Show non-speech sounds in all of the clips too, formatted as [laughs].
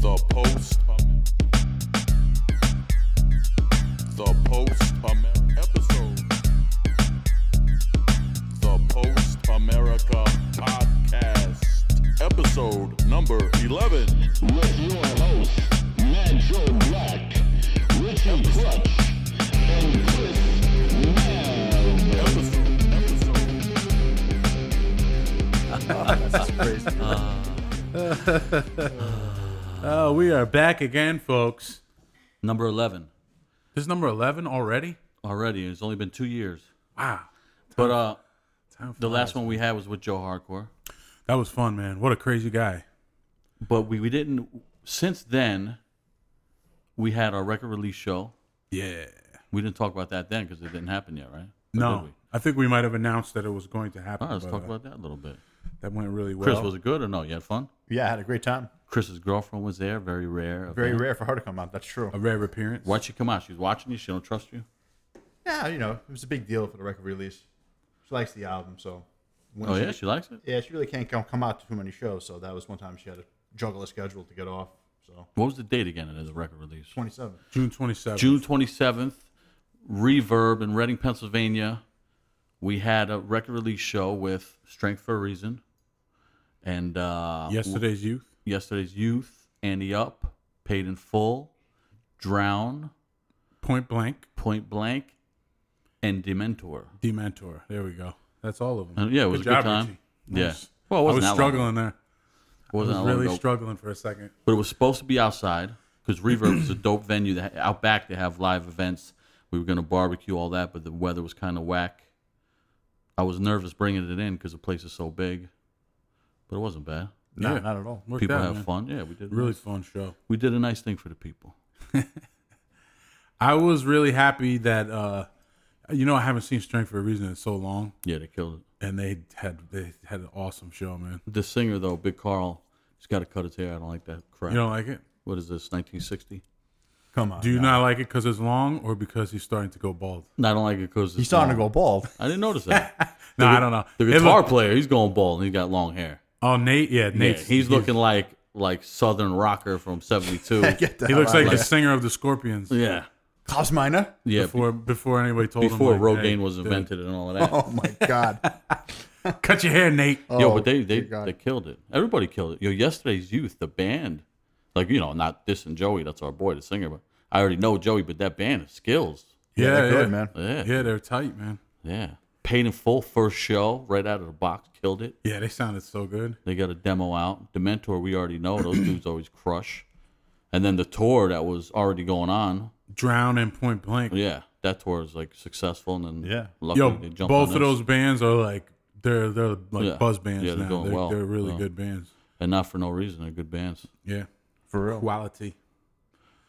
The Post. The Post Amer- episode. The Post America podcast. Episode number 11. with your hosts, Matt Joe Black, Richie Crutch, and Chris Mav. Episode. Episode. Oh, we are back again, folks. Number 11 This is number 11 already? already. It's only been two years. Wow. But uh, Time the last flies. one we had was with Joe Hardcore. That was fun, man. What a crazy guy. But we, we didn't, since then, we had our record release show. Yeah. We didn't talk about that then because it didn't happen yet, right? Or did No, we? I think we might have announced that it was going to happen. All right, let's but, talk uh, about that a little bit. that went really well. Chris, was it good or no? You had fun? Yeah, I had a great time. Chris's girlfriend was there. Very rare. Very event. rare for her to come out. That's true. a rare appearance. Why'd she come out? She's watching you. She don't trust you. Yeah, you know, it was a big deal for the record release. She likes the album, so. When Oh, yeah? She likes it? yeah, she really can't come, come out to too many shows, so that was one time she had to juggle a schedule to get off. So What was the date again of the record release? 27. June 27th. June 27th, Reverb in Reading, Pennsylvania. We had a record release show with Strength for a Reason and uh, Yesterday's youth. yesterday's Youth, Andy Up, Paid in Full, Drown, Point blank. Point Blank, and Dementor. Dementor. There we we go. That's all of them. Uh, yeah, it was a good time. Yeah. Nice. Well, it wasn't I that was long struggling there. It wasn't I was that long really ago, struggling for a second. but it was supposed to be outside because Reverb is a dope venue. That, out back, they have live events. We were going to barbecue, all that, but the weather was kind of whack. I was nervous bringing it in because the place is so big, but it wasn't bad. No, Yeah. not at all. Worked people out, have man. fun. Yeah, we did. Really fun show. we did a nice thing for the people. I was really happy that, uh, you know, I haven't seen Strength for a Reason in so long. Yeah, they killed it. and they had they had an awesome show, man. The singer though, Big Carl, he's got to cut his hair. I don't like that crap. You don't like it? what is this? 1960? Come on. Do you now. not like it because it's long, or because he's starting to go bald? No, I don't like it because He's starting to go bald. I didn't notice that. No, [laughs] I don't know. The It guitar looked- player, he's going bald and he's got long hair. oh, Nate, yeah, Yeah, Nate. he's looking like like Southern rocker from [laughs] '72. Get [laughs] the He hell looks out of like the here. singer of the Scorpions yeah, Klaus [laughs] Miner. yeah. before before anybody told him. before like, Rogaine hey, was dude, invented and all of that. [laughs] Oh my God. Cut your hair, Nate. Yo, Oh, but they they, dear God. they killed it. Everybody killed it. Yo, yesterday's youth, the band, like you know, not this and Joey. That's our boy, the singer. But I already know Joey. But that band is skills. yeah, they're yeah, good, man. Yeah, yeah. Yeah, they're tight, man. Paid in full first show right out of the box, killed it. Yeah, they sounded so good. They got a demo out. Dementor, we already know those dudes always crush. And then the tour that was already going on. Drown and Point Blank. Yeah, that tour is like successful. And then Yeah. luckily Yo, they jumped both on of this. those bands are like they're they're like Yeah. buzz bands Yeah, they're now. doing They're, well. they're really Yeah. good bands. and not for no reason. They're good bands. Yeah, For real. quality.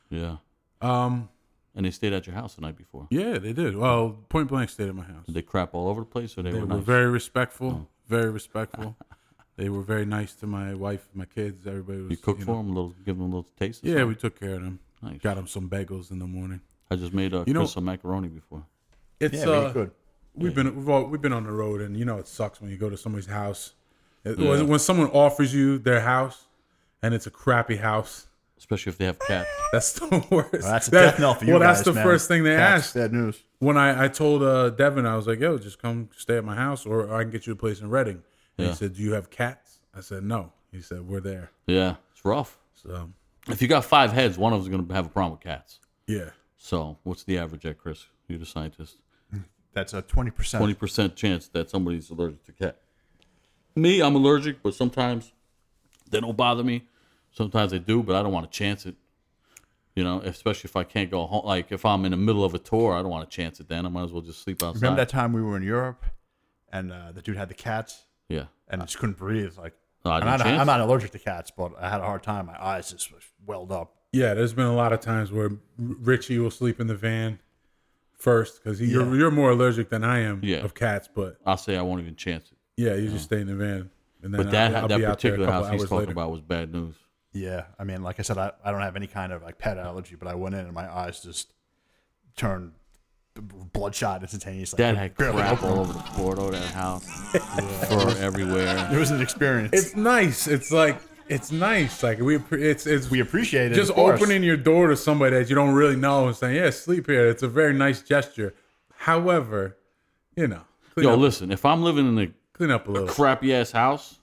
Yeah, Um, and they stayed at your house the night before. yeah, they did. Well, Point Blank stayed at my house. Did they crap all over the place, or they, They were, were nice? Oh. very respectful, very respectful. [laughs] they were very nice to my wife, my kids. Everybody was. You cook for 'em, for know- them, a little, give them a little taste. of Yeah, something? we took care of them. Nice. Got them some bagels in the morning. I just made uh, You know- Chris some macaroni before. It's Yeah, uh, really good. we've been we've, all, we've been on the road, and you know it sucks when you go to somebody's house. It- when, when someone offers you their house, and it's a crappy house, [laughs] Especially if they have cats. that's the worst. Well, that's a That- death knell for you Well, that's guys, the man. first thing they That's asked. Bad news. when I, I told uh, Devin, I was like, yo, just come stay at my house or I can get you a place in Reading. Yeah. And he said, do you have cats? I said, no. He said, we're there. Yeah, it's rough. So, If you got five heads, one of them's going to have a problem with cats. yeah. So, what's the average at, Chris? You're the scientist. That's a 20%. Twenty percent chance that somebody's allergic to cat. Me, I'm allergic, but sometimes they don't bother me. Sometimes they do, but I don't want to chance it. You know, especially if I can't go home. Like if I'm in the middle of a tour, I don't want to chance it. Then I might as well just sleep outside. Remember that time we were in Europe and uh, the dude had the cats? Yeah. and just couldn't breathe. Like Oh, I I'm, didn't not, chance I'm it. not allergic to cats, but I had a hard time. My eyes just was welled up. Yeah, there's been a lot of times where R- Richie will sleep in the van first because you're, you're more allergic than I am Yeah. of cats. But I'll say I won't even chance it. yeah, you just stay in the van. And then But that I'll, I'll that be out there a particular couple house he's hours talking later. about was bad news. Yeah, I mean, like I said, I, I don't have any kind of like pet allergy, but I went in and my eyes just turned b- bloodshot instantaneously. Dad had Barely crap opened. all over the [laughs] portal, that house, fur everywhere. It was an experience. It's nice. It's like it's nice. Like we, appre- it's it's We appreciate it. just of course. opening your door to somebody that you don't really know and saying, "Yeah, sleep here." It's a very nice gesture. However, you know, clean, Yo, up, listen, if I'm living in clean up a a little. crappy ass house,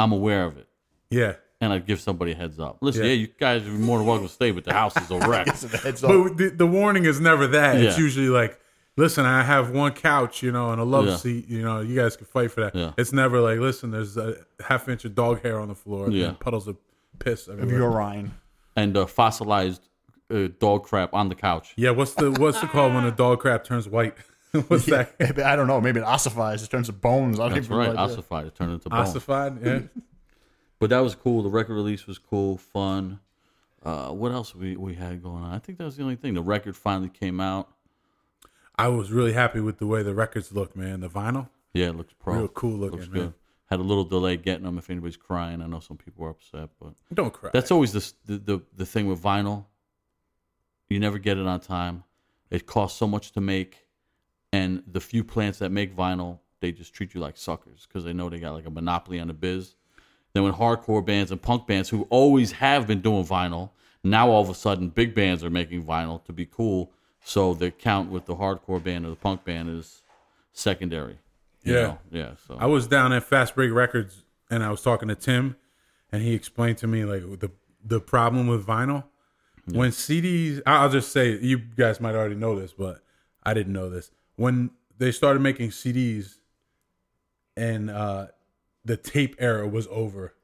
I'm aware of it. yeah, And I'd give somebody a heads up. Listen, yeah, Yeah. you guys are more than welcome to stay, but the house is a wreck. It's a heads up. but the, the warning is never that. It's Yeah. usually like, "Listen, I have one couch, you know, and a love Yeah. seat. You know, you guys can fight for that." Yeah. It's never like, "Listen, there's a half inch of dog hair on the floor Yeah. and puddles of piss Of everywhere." your Ryan. and uh, fossilized uh, dog crap on the couch. yeah, what's the what's the call when a dog crap turns white? [laughs] what's that? Maybe- I don't know. Maybe it ossifies. It turns to bones. I don't That's even right. realize it. Ossified. It turned into bone. Ossified? Yeah. But that was cool. The record release was cool, fun. Uh, what else we, we had going on? I think that was the only thing. The record finally came out. I was really happy with the way the records look, man. The vinyl. Yeah, it looks pro. Real cool looking, Oh, Looks man. good. Had a little delay getting them. If anybody's crying, I know some people were upset, but Don't cry. that's always the, the the the thing with vinyl. You never get it on time. It costs so much to make, and the few plants that make vinyl, they just treat you like suckers because they know they got like a monopoly on the biz. Then when hardcore bands and punk bands who always have been doing vinyl, now all of a sudden big bands are making vinyl to be cool. So the count with the hardcore band or the punk band is secondary. you Yeah. know? yeah. So I was down at Fast Break Records and I was talking to Tim, and he explained to me like the the problem with vinyl. When CDs, I- I'll just say you guys might already know this, but I didn't know this. When they started making CDs, and uh, the tape era was over,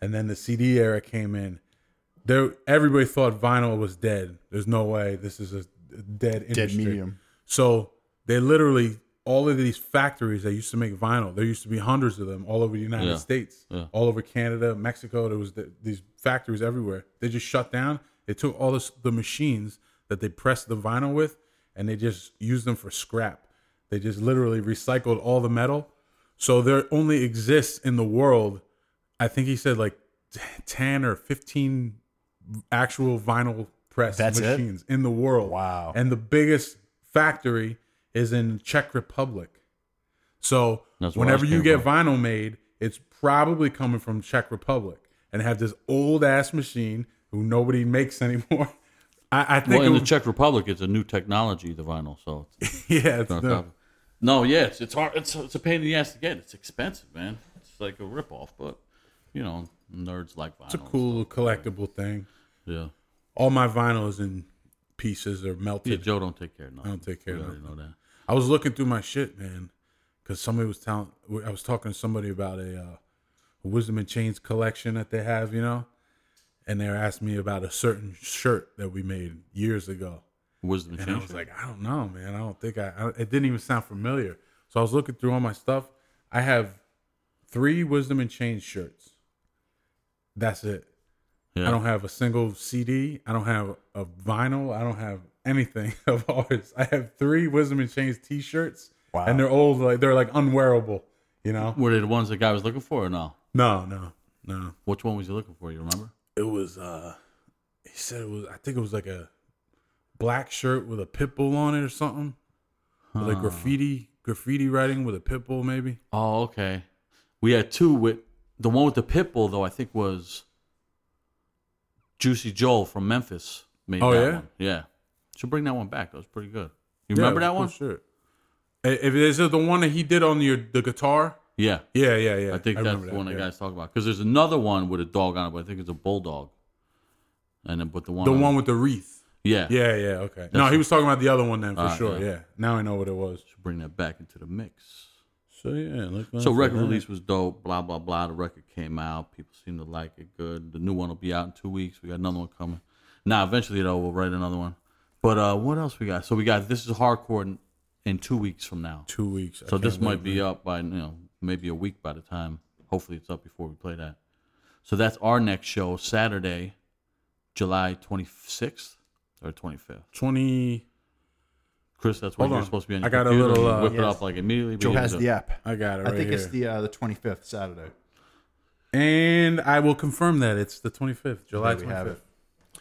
and then the CD era came in. There, everybody thought vinyl was dead. There's no way this is a dead industry. Dead medium. So they literally all of these factories that used to make vinyl. There used to be hundreds of them all over the United Yeah. States, Yeah. all over Canada, Mexico. There was th these factories everywhere. They just shut down. They took all this, the machines that they pressed the vinyl with, and they just used them for scrap. They just literally recycled all the metal. So there only exists in the world, I think he said like t- ten or fifteen actual vinyl press That's it? machines in the world. Wow. And the biggest factory is in Czech Republic. So That's where whenever ours you came get vinyl made, it's probably coming from Czech Republic and have this old ass machine who nobody [laughs] makes anymore. I, I well, think in it the would- Czech Republic, it's a new technology, the vinyl. So it's [laughs] yeah, it's on the- top of- No, yeah, it's it's hard. It's, it's a pain in the ass to get. It's expensive, man. It's like a ripoff, but you know, nerds like vinyl. it's a cool collectible thing. Yeah, All my vinyl is in pieces or yeah. melted. Joe don't take care of nothing. don't take care We of already know that. I was looking through my shit, man, because somebody was telling. I was talking to somebody about a uh, Wisdom and Chains collection that they have, you know, and they were asking me about a certain shirt that we made years ago, Wisdom and and I was like, I don't know, man. I don't think I, I. It didn't even sound familiar. So I was looking through all my stuff. I have three Wisdom and Chains shirts. That's it. yeah. I don't have a single CD. I don't have a vinyl. I don't have anything [laughs] of ours. I have three Wisdom and Chains T-shirts, Wow. and they're old. Like they're like unwearable. You know? Were they the ones the guy was looking for, or no? No, no, no. Which one was he looking for? You remember? It was. uh He said it was. I think it was like a black shirt with a pit bull on it or something. With like graffiti, graffiti writing with a pit bull, maybe. Oh, okay. We had two with the one with the pit bull though. I think was Juicy Joel from Memphis made Oh, that yeah? one. Yeah, should bring that one back. That was pretty good. You Yeah, remember it that one? was a cool Shirt. I- If is it the one that he did on your the guitar? Yeah. Yeah, yeah, yeah. I think that's remember the one that yeah. guys talk about. Because there's another one with a dog on it, but I think it's a bulldog. And then, but the one, The on- one with the wreath. yeah, Yeah, yeah, okay. no, he was talking about the other one then for Alright, sure. yeah. Ah, Yeah. Now I know what it was. should bring that back into the mix. So yeah, look So record release was dope. Blah blah blah. The record came out. People seem to like it. Good. The new one will be out in two weeks. We got another one coming. Now eventually though, we'll write another one. But uh, what else we got? So we got this is hardcore in, in two weeks from now. two weeks. I So this can't might wait. be up by you know maybe a week by the time. Hopefully it's up before we play that. So that's our next show Saturday, July twenty sixth or twenty fifth. twenty. Chris, that's when Hold you're on. supposed to be. On I your got a computer little, and uh, whip it Yes. up like immediately. Joe has the app. I got it. I Right think it's here. the uh, the 25th Saturday. And I will confirm that it's the twenty fifth, July There we twenty have fifth.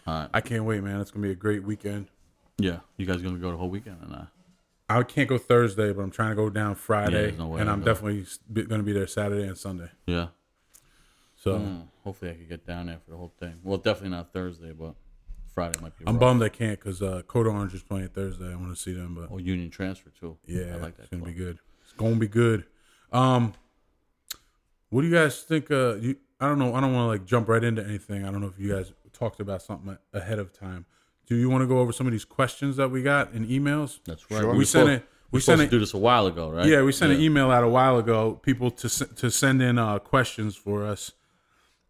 Alright. I can't wait, man. It's gonna be a great weekend. Yeah, you guys gonna go the whole weekend or not? I can't go Thursday, but I'm trying to go down Friday, there's no way and I I'm know. definitely s- be- gonna be there Saturday and Sunday. Yeah. So Uh, hopefully, I could get down there for the whole thing. Well, definitely not Thursday, but Friday might be. I'm rough. bummed I can't because uh, Code Orange is playing Thursday. I want to see them, but Oh, Union transfer too. yeah, I like that. it's gonna club. be good. It's gonna be good. Um, what do you guys think? Uh, you, I don't know. I don't want to like jump right into anything. I don't know if you guys talked about something ahead of time. Do you want to go over some of these questions that we got in emails? That's right. We sent supposed- it. We supposed sent it. to do this a while ago, right? Yeah, we sent an email out a while ago. People to s- to send in uh, questions for us.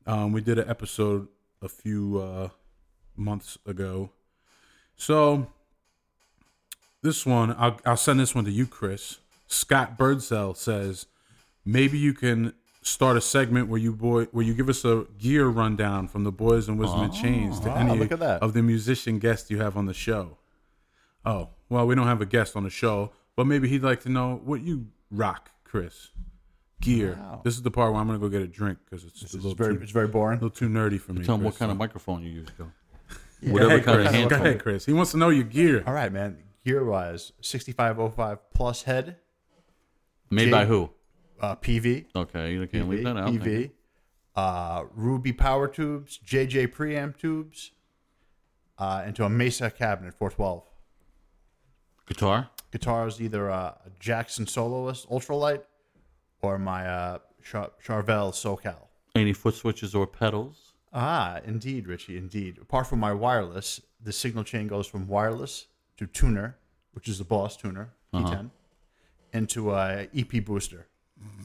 Um, we did an episode a few uh, months ago. So this one, I'll, I'll send this one to you, Chris. Scott Birdsell says, maybe you can start a segment where you boy where you give us a gear rundown from the boys and wisdom and chains to wow, any Oh, look at that. of the musician guests you have on the show. Oh, well, we don't have a guest on the show, but maybe he'd like to know what you rock, Chris. Gear. This is the part where I'm gonna go get a drink because it's a It's little very, too, it's very a boring. little too nerdy for me. Tell them Chris. what kind of microphone you use, Joe. Whatever Hey, kind of Chris, hand. Go ahead, Chris. He wants to know your gear. All right, man. Gear wise, 6505 plus head, Made by who? uh, PV. Okay, you can't leave that out. PV, uh, Ruby power tubes, JJ preamp tubes, uh, into a Mesa cabinet 412. Guitar. Guitars either uh, a Jackson Soloist Ultralight or my uh, Char- Charvel SoCal. Any foot switches or pedals? Ah, indeed, Richie, indeed. Apart from my wireless, the signal chain goes from wireless to tuner, which is the boss tuner, P10, Uh-huh. into a EP booster,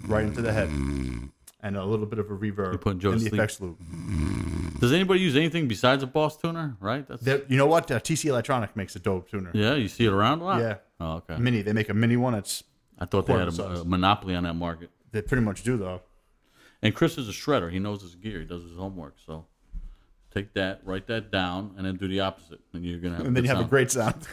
right into the head, and a little bit of a reverb putting Joe in to the sleep. effects loop. Does anybody use anything besides a Boss tuner? Right. That's That- you know what? Uh, TC Electronic makes a dope tuner. yeah. You see it around a lot. Yeah. Oh, okay. Mini. They make a mini one. It's I thought they had a, Quarter a monopoly on that market. they pretty much do though. And Chris is a shredder. He knows his gear. He does his homework. So take that, write that down, and then do the opposite, and you're gonna have. And then good you have a sound. great sound.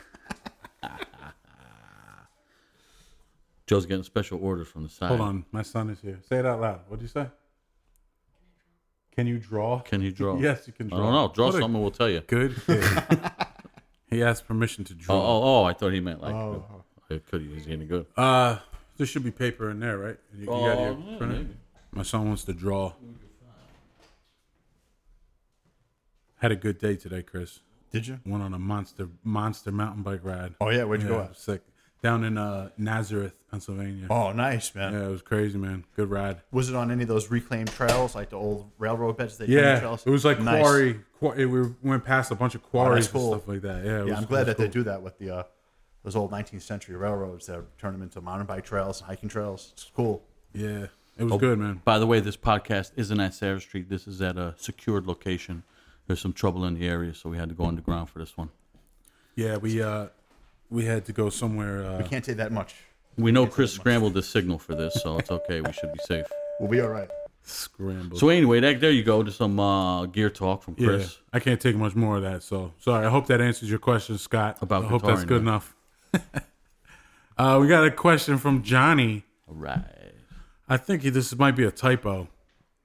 Joe's getting special orders from the side. Hold on, my son is here. Say it out loud. What'd you say? Can you draw? Can he draw? Yes, you can I draw. don't know. Draw What a something. We'll tell you. Good. kid. [laughs] he asked permission to Oh, draw. oh, oh! I thought he meant like oh. it could. He's getting good. Uh, there should be paper in there, right? You, you got your Oh, yeah, printer? maybe. My son wants to draw. Had a good day today, Chris. Did you? Went on a monster monster mountain bike ride. Oh yeah. Where'd you go? At? Sick. Down in uh, Nazareth, Pennsylvania. Oh, nice man. Yeah, it was crazy, man. Good ride. Was it on any of those reclaimed trails, like the old railroad beds? That Yeah, trails? it was like Nice. Oh, quarry. Qu- it- we went past a bunch of quarries cool. and stuff like that. Yeah, it Yeah, was- I'm it was glad that they cool. do that with the uh, those old 19th century railroads that turn them into mountain bike trails and hiking trails. It's cool. Yeah, it Oh. was good, man. Oh, By the way, this podcast isn't at Sarah Street. This is at a secured location. There's some trouble in the area, so we had to go underground for this one. Yeah, we uh, we had to go somewhere. Uh, Can't say that much. We know Chris scrambled the signal for this, so it's okay. We should be safe. We'll be all right. scramble. So anyway, that, there you go. Just some uh, gear talk from yeah, Chris. I can't take much more of that. So sorry. I hope that answers your question, Scott. About I hope guitar that's and good that. enough. [laughs] uh, we got a question from Johnny. All right. I think this might be a typo.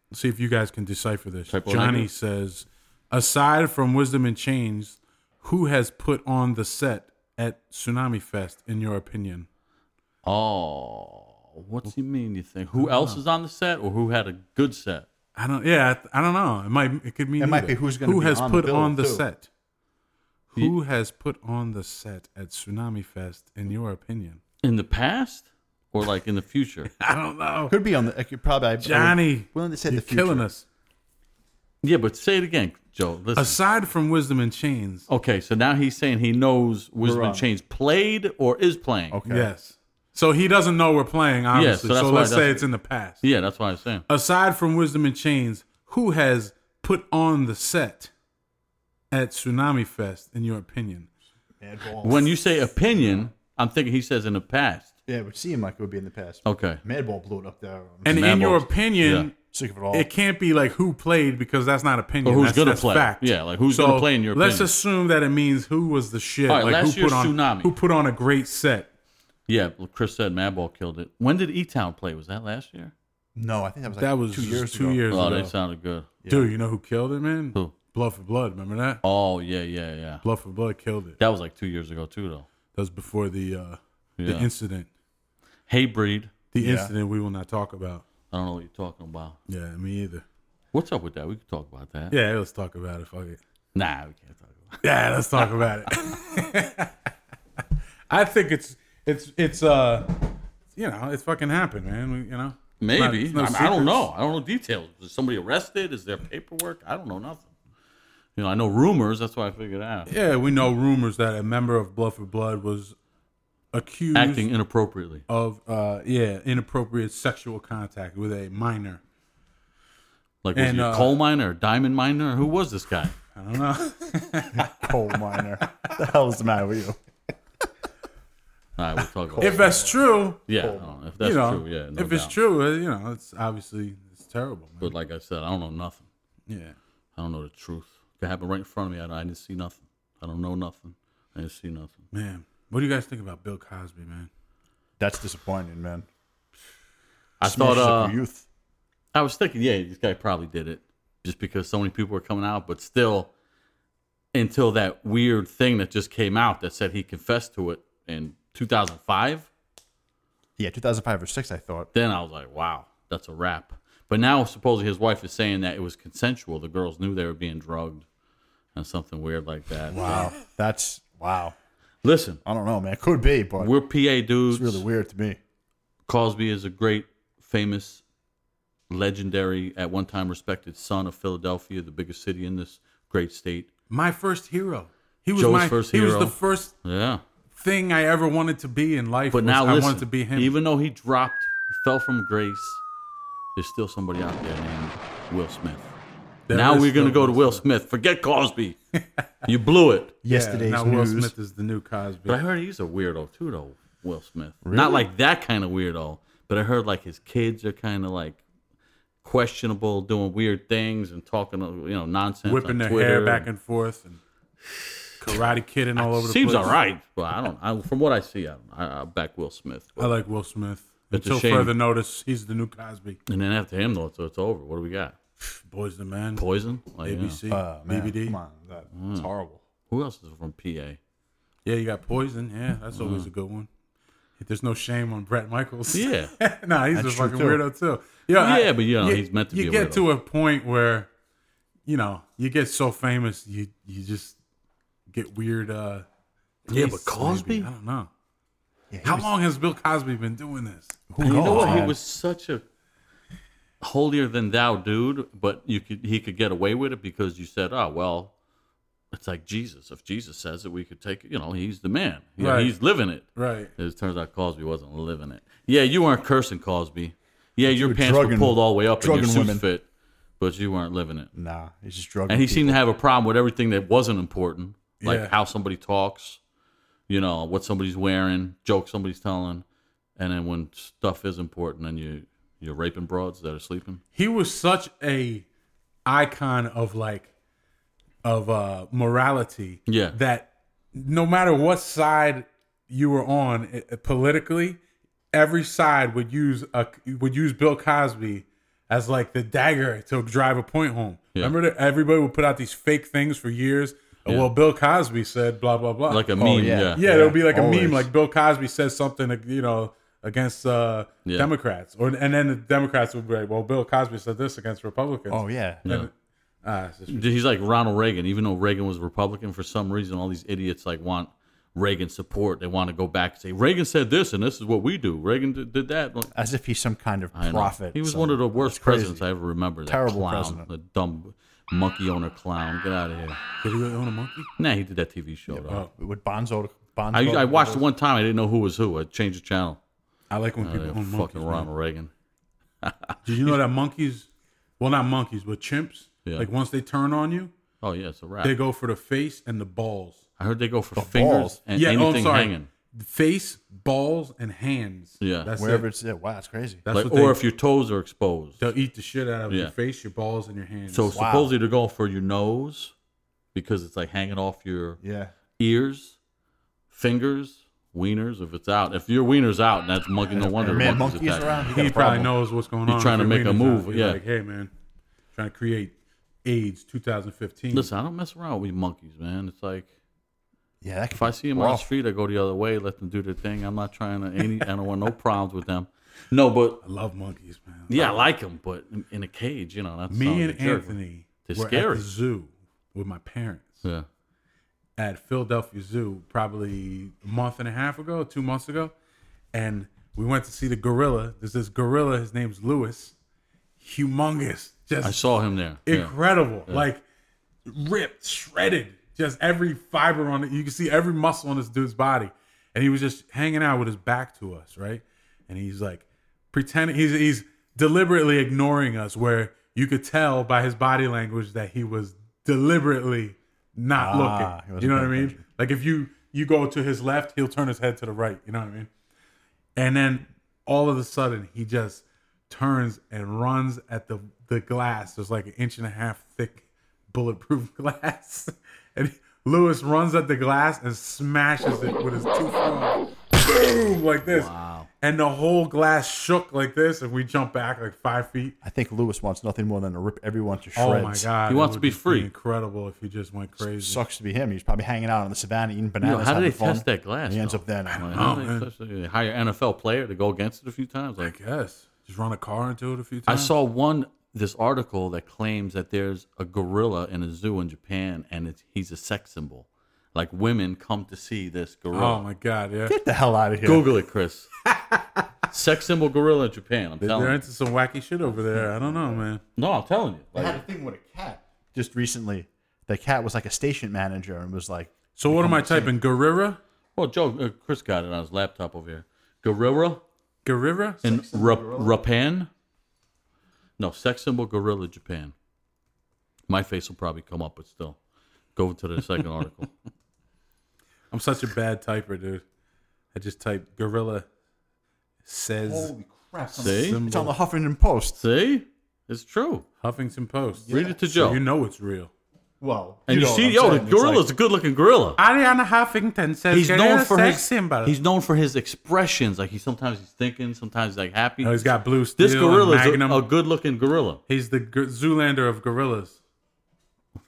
Let's see if you guys can decipher this. Typo Johnny negative? says, aside from Wisdom and Chains, who has put on the set at Tsunami Fest, in your opinion? Oh, what's he mean? You think who else is on the set, or who had a good set? I don't. Yeah, I, th- I don't know. It might. It could mean. It might either. be who's gonna Who be has on the put bill, on the too. set? Who has put on the set at Tsunami Fest, in your opinion? In the past, or like in the [laughs] future? I don't know. Could be on the. I could probably. I would- Johnny, oh, willing to say you're the future. killing us. yeah, but say it again, Joe. Listen. Aside from Wisdom and Chains, Oh, Okay, so now he's saying he knows Wisdom wrong. and Chains played or is playing. Okay. yes. So he doesn't know we're playing, obviously. so that's so why let's say that's- it's in the past. Yeah, that's what I was saying. aside from Wisdom and Chains, who has put on the set at Tsunami Fest, in your opinion? Mad balls. When you say opinion, I'm thinking he says in the past. yeah, it would seem like it would be in the past. Okay. Madball blew it up there. I'm And in Mad your Balls. opinion, sick of it all. it can't be like who played because that's not opinion. Or who's that's, gonna that's play. Fact. Yeah, like who's gonna play in your Let's opinion. assume that it means who was the shit. All right, like last who year's put on Tsunami. who put on a great set. Yeah, well, Chris said Madball killed it. When did E Town play? Was that last year? no, I think that was like That was two years two ago. years Oh, ago. they sounded good. Dude, you know who killed it, man? Who? Blood for Blood. Remember that? Oh, yeah, yeah, yeah. Blood for Blood killed it. That That was like two years ago, too, though. was before the uh, the Yeah. incident. Hey, Breed. The incident we will not talk about. I don't know what you're talking about. Yeah, me either. What's up with that? We could talk about that. Yeah, let's talk about it. Fuck it. Nah, we can't talk about Yeah, let's talk about it. [laughs] I think it's it's it's uh you know it's fucking happened, man. We- You know it. Maybe. It's not- it's no I, I don't secrets. know. I don't know details. Is somebody arrested? Is there paperwork? I don't know nothing. You know, I know rumors. That's why I figured out. Yeah, we know rumors that a member of Blood for Blood was accused Acting inappropriately. of uh yeah inappropriate sexual contact with a minor. Like, was And, he a uh, coal miner, or diamond miner? Who was this guy? I don't know. Coal miner. the hell's the matter with you? All right, we'll talk about [laughs] if that. that's true, Yeah, I don't know. if that's you know, true, yeah. No if it's doubt. true, uh, you know, it's obviously it's terrible. Man. But like I said, I don't know nothing. Yeah, I don't know the truth. It happened right in front of me. I, I didn't see nothing. I don't know nothing. I didn't see nothing. man. What do you guys think about Bill Cosby, man? That's disappointing, man. I Smashes thought up uh, your youth. I was thinking, yeah, this guy probably did it just because so many people were coming out, but still, until that weird thing that just came out that said he confessed to it in 2005, Yeah, 2005 or six, I thought. then I was like, wow, that's a wrap. But now, supposedly, his wife is saying that it was consensual. The girls knew they were being drugged and something weird like that. Wow, that's wow. Listen, I don't know, man. Could be, but we're PA dudes. it's really weird to me. Cosby is a great, famous, legendary, at one time respected son of Philadelphia, the biggest city in this great state. My first hero. He was Joe's my first he hero. was the first Yeah. thing I ever wanted to be in life. But was now I listen, wanted to be him. even though he dropped, fell from grace, there's still somebody out there named Will Smith. There now is we're going to still go to Will Smith. Forget [laughs] Cosby. you blew it. Yeah, Yesterday's now news. Will Smith is the new Cosby. But I heard he's a weirdo too, though, Will Smith. Not like that kind of weirdo, but I heard like his kids are kind of like questionable, doing weird things and talking, uh, you know, nonsense. Whipping on their Twitter hair back and forth and karate kidding all over the Seems place. all right. Well, I don't. I, from what I see, I, don't- I, I back Will Smith. I like Will Smith. It's a Until shame. further notice, he's the new Cosby. And then after him, though, it's, it's over. What do we got? Boys the man. Poison. Like, yeah. ABC, Oh, man, DVD. Come on, that's Mm. horrible. Who else is from PA? Yeah, you got Poison. Yeah, that's always a good one. There's no shame on Brett Michaels. Uh-huh. Yeah. [laughs] nah, he's a That's true, fucking too. weirdo too. Yeah, Yeah, but, you know, he's meant to you be a get weirdo. to a point where, you know, you get so famous, you you just get weird. uh Yeah, tastes, but Cosby? maybe. I don't know. Yeah, How long has Bill Cosby been doing this? Who And you know knows, what? He man? was such a holier than thou dude, but you could he could get away with it because you said, "Oh well, it's like Jesus. If Jesus says it, we could take it. You know, he's the man. Yeah, Right. he's living it." Right. It turns out Cosby wasn't living it. Yeah, you weren't cursing Cosby. Yeah, your were pants were drugging- pulled all the way up and your drugging suit women. fit, but you weren't living it. Nah, he's just drugging. And he people. seemed to have a problem with everything that wasn't important, like Yeah. how somebody talks, you know, what somebody's wearing, jokes somebody's telling, and then when stuff is important, then you you're raping broads that are sleeping. He was such a icon of like of uh morality. Yeah. That no matter what side you were on i- politically, every side would use a would use Bill Cosby as like the dagger to drive a point home. Remember that everybody would put out these fake things for years. Oh, Well, Bill Cosby said blah blah blah. Like a meme, Uh, oh, yeah. yeah. Yeah, it'll be like a always. meme, like Bill Cosby says something, you know, against uh, Yeah. Democrats, or and then the Democrats would be like, "Well, Bill Cosby said this against Republicans." Oh yeah. Ah, it's just- He's like Ronald Reagan, even though Reagan was a Republican, for some reason all these idiots like want Reagan support. They want to go back and say Reagan said this and this is what we do. Reagan did, did that. Like, As if he's some kind of I know. prophet. He was some- one of the worst It's crazy. presidents I ever remember. That Terrible clown, president. The dumb monkey owner clown. Get out of here. did he really own a monkey? Nah, he did that TV show though. With Bonzo. Bonzo I, I watched it one time. I didn't know who was who. I changed the channel. I like when people Oh, Yeah, own fucking monkeys. Oh, man. Ronald Reagan. Did you know that monkeys, well, not monkeys, but chimps, Yeah. like once they turn on you, Oh yeah, it's a wrap. they go for the face and the balls. I heard they go for fingers balls. and yeah, oh, I'm anything sorry, hanging. face, balls, and hands. Yeah. that's Wherever it. it's at. Wow, it's crazy. That's Like, what or they, if your toes are exposed. they'll eat the shit out of Yeah. your face, your balls, and your hands. So Wow. supposedly they're going for your nose because it's like hanging off your Yeah. ears, fingers, wieners. If it's out, if your wiener's out, and that's monkey. No wonder the Man, monkey's, monkeys attacking. around. you got he a probably problem. knows what's going He's on. if trying to your make a wiener's move, out. He's yeah. like, hey man, trying to create AIDS 2015. Listen, I don't mess around with monkeys, man. It's like Yeah, that could If I see them on the Rough. street, I go the other way, let them do their thing. I'm not trying to any. I don't want no problems with them. No, but I love monkeys, man. yeah, I like them, but in, in a cage, you know, that's Me not and a jerk. Anthony They're were scary. at the zoo with my parents Yeah. at Philadelphia Zoo probably a month and a half ago, two months ago, and we went to see the gorilla. There's this gorilla. His name's Lewis. Humongous, I just saw him there. Yeah. incredible, like ripped, shredded, just every fiber on it. You can see every muscle on this dude's body, and he was just hanging out with his back to us, right? And he's like pretending he's he's deliberately ignoring us, where you could tell by his body language that he was deliberately not Ah, he looking. wasn't You know what I paying mean? attention. Like if you you go to his left, he'll turn his head to the right. You know what I mean? And then all of a sudden, he just turns and runs at the the glass. There's like an inch and a half thick bulletproof [laughs] glass, and Lewis runs at the glass and smashes it with his two thumbs. Boom! Like this. Wow. And the whole glass shook like this, and we jumped back like five feet. I think Lewis wants nothing more than to rip everyone to shreds. Oh my god! He wants it to would be just free. incredible if he just went crazy. Sucks to be him. He's probably hanging out on the savannah eating You know, bananas. how do they having fun. test that glass? And he ends though? up there. Like, now. how do know, they man. test it? They hire an NFL player to go against it a few times. Like, Yes. Just run a car into it a few I times. saw one this article that claims that there's a gorilla in a zoo in Japan, and it's, he's a sex symbol. Like women come to see this gorilla. Oh my god! Yeah. Get the hell out of [laughs] here. Google it, Chris. sex symbol gorilla in Japan. I'm telling They're you. into some wacky shit over there. I don't know, man. No, I'm telling you. I Like, had a thing with a cat just recently. The cat was like a station manager and was like, So what am I typing? Gorilla, well, Joe, uh, Chris got it on his laptop over here. Gorilla gorilla. in Ra- Rapan. No, sex symbol gorilla Japan. My face will probably come up, but still, go to the second [laughs] article. I'm such a bad typer, dude. I just type gorilla says crap. It's on, See, it's on the Huffington Post. see, it's true. Huffington Post. Read it to Joe. So you know it's real. Well, And you, know see, what I'm yo, the saying. It's gorilla's a good-looking gorilla. Ariana Huffington says He's known for his symbol. he's known for his expressions. Like he sometimes he's thinking, sometimes like happy. Oh, he's got blue steel. this gorilla and is Magnum. a, a good-looking gorilla. he's the gor- Zoolander of gorillas.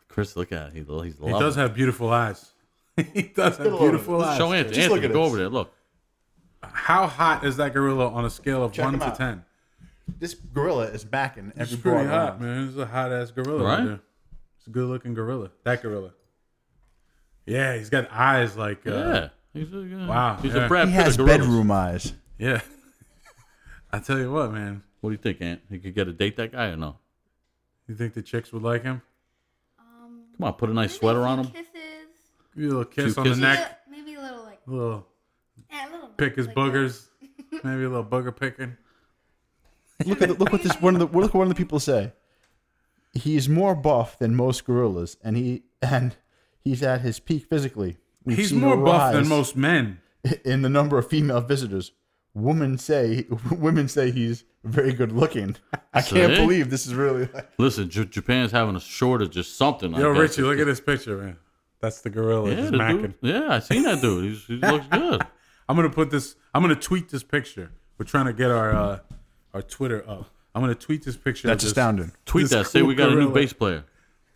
Chris, look at it. He, he's He does have beautiful eyes. [laughs] he does have look at beautiful eyes. Show Anthony. Just look Anthony, at go this. over there. Look, How hot is that gorilla on a scale of Check one him to out. ten? like, This gorilla is back in It's every pretty broad hot, around. man. It's a hot ass gorilla. Right? Right? There. It's a good looking gorilla. That gorilla. Yeah, he's got eyes like uh, yeah, he's a, yeah. Wow, He's a yeah. Brad He Pitt has of gorillas. bedroom eyes. Yeah. [laughs] I tell you what, man. What do you think, Ant? He could get a date that guy or no? You think the chicks would like him? Come on, put a nice sweater on him. Kisses. Give you a little kiss Two on the kisses? neck, Maybe a little like a little eh, a little pick his like boogers, [laughs] maybe a little booger picking. Look at the, look what this one of the look what one of the people say. He's more buff than most gorillas, and he and he's at his peak physically. We've He's seen a more buff than rise most men. [laughs] in the number of female visitors. Women say [laughs] women say he's very good looking. I can't See? believe this is really like Listen, J- Japan's having a shortage of something. Yo, I guess. Richie, look at this picture, man. That's the gorilla. Yeah, He's the macking. dude, yeah, I seen that dude. He's, [laughs] he looks good. I'm gonna put this. I'm gonna tweet this picture. We're trying to get our uh, our Twitter up. I'm gonna tweet this picture. of that's this- astounding. Tweet This that. Say cool we got a new gorilla. bass player.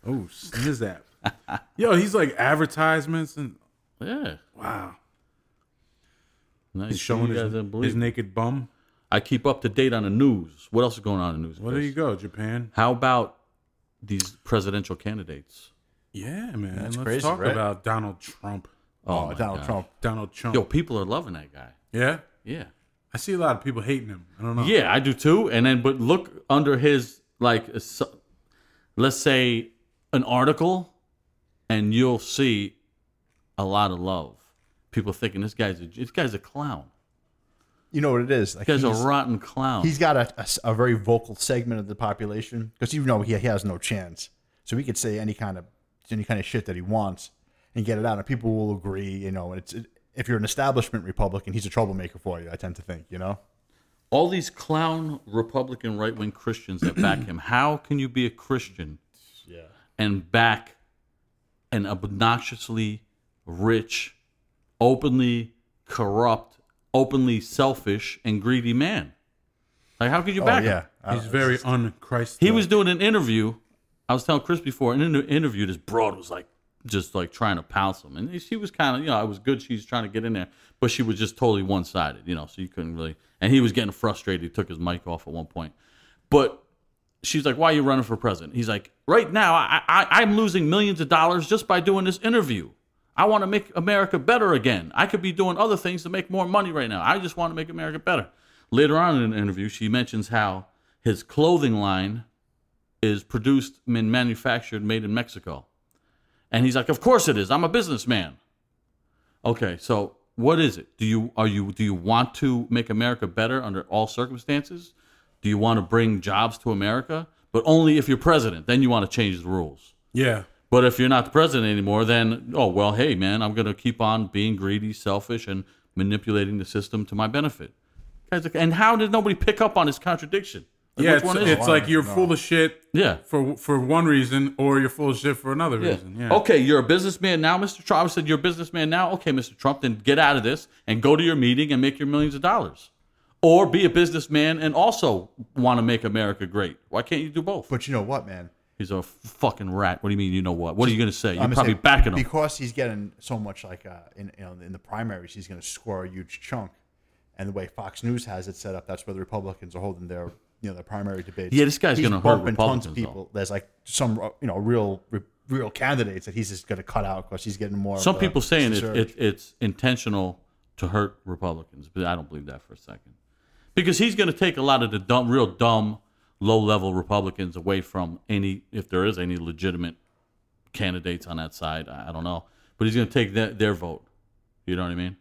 Oh, sniz that. [laughs] Yo, he's like advertisements and Yeah. wow. Nice. He's showing you guys his, didn't believe his it. naked bum. I keep up to date on the news. What else is going on in the news? Well, there Chris? you go, Japan. How about these presidential candidates? Yeah, man. Let's crazy, talk right? about Donald Trump. Oh, my Donald God. Trump. Donald Trump. Yo, people are loving that guy. Yeah, Yeah. I see a lot of people hating him. I don't know. Yeah, I do too. And then, but look under his, like, s- let's say an article, and you'll see a lot of love. People thinking this guy's a, this guy's a clown. You know what it is? Like This guy's he's- a rotten clown. he's got a, a s- a very vocal segment of the population because you know he, he has no chance so he could say any kind of any kind of shit that he wants and get it out and people will agree you know and it's it, if you're an establishment republican he's a troublemaker for you i tend to think you know All these clown Republican right wing Christians that back him. [clears throat] How can you be a Christian and back an obnoxiously rich, openly corrupt, openly selfish, and greedy man? Like, how could you oh back yeah him? Uh, he's very un-Christ. He was doing an interview. I was telling Chris before, in an interview, this broad was like, just like trying to pounce them. And she was kind of, you know, I was good. She was trying to get in there, but she was just totally one sided, you know, so you couldn't really. And he was getting frustrated. He took his mic off at one point. But she's like, "Why are you running for president?" He's like, "Right now, I, I I'm losing millions of dollars just by doing this interview. I want to make America better again. I could be doing other things to make more money right now. I just want to make America better." Later on in an interview, she mentions how his clothing line is produced and manufactured, made in Mexico, and he's like, "Of course it is. I'm a businessman." Okay, so what is it? Do you are you do you want to make America better under all circumstances? Do you want to bring jobs to America? But only if you're president, then you want to change the rules. Yeah. But if you're not the president anymore, then oh well, hey man, I'm gonna keep on being greedy, selfish, and manipulating the system to my benefit. Guys, And how did nobody pick up on his contradiction? Like, Yeah, which it's, one is it? it's like you're full of shit yeah. for for one reason, or you're full of shit for another reason. Yeah. Okay, you're a businessman now, Mr. Trump. I said you're a businessman now. Okay, Mr. Trump, then get out of this and go to your meeting and make your millions of dollars, or be a businessman and also want to make America great. Why can't you do both? But you know what, man? He's a fucking rat. What do you mean? You know what? What are you gonna say? You're gonna probably say, backing him. because he's getting so much like uh, in you know, in the primaries, he's going to score a huge chunk. And the way Fox News has it set up, that's where the Republicans are holding their you know their primary debates. Yeah, this guy's He's gonna hurt bumping Republicans, tons of though. people. There's like some uh, you know real re- real candidates that he's just going to cut out because he's getting more. of Some the people saying it, surge. it, it's intentional to hurt Republicans, but I don't believe that for a second. Because he's going to take a lot of the dumb, real dumb, low level Republicans away from any, if there is any legitimate candidates on that side. I, I don't know. But he's going to take their, their vote. You know what I mean?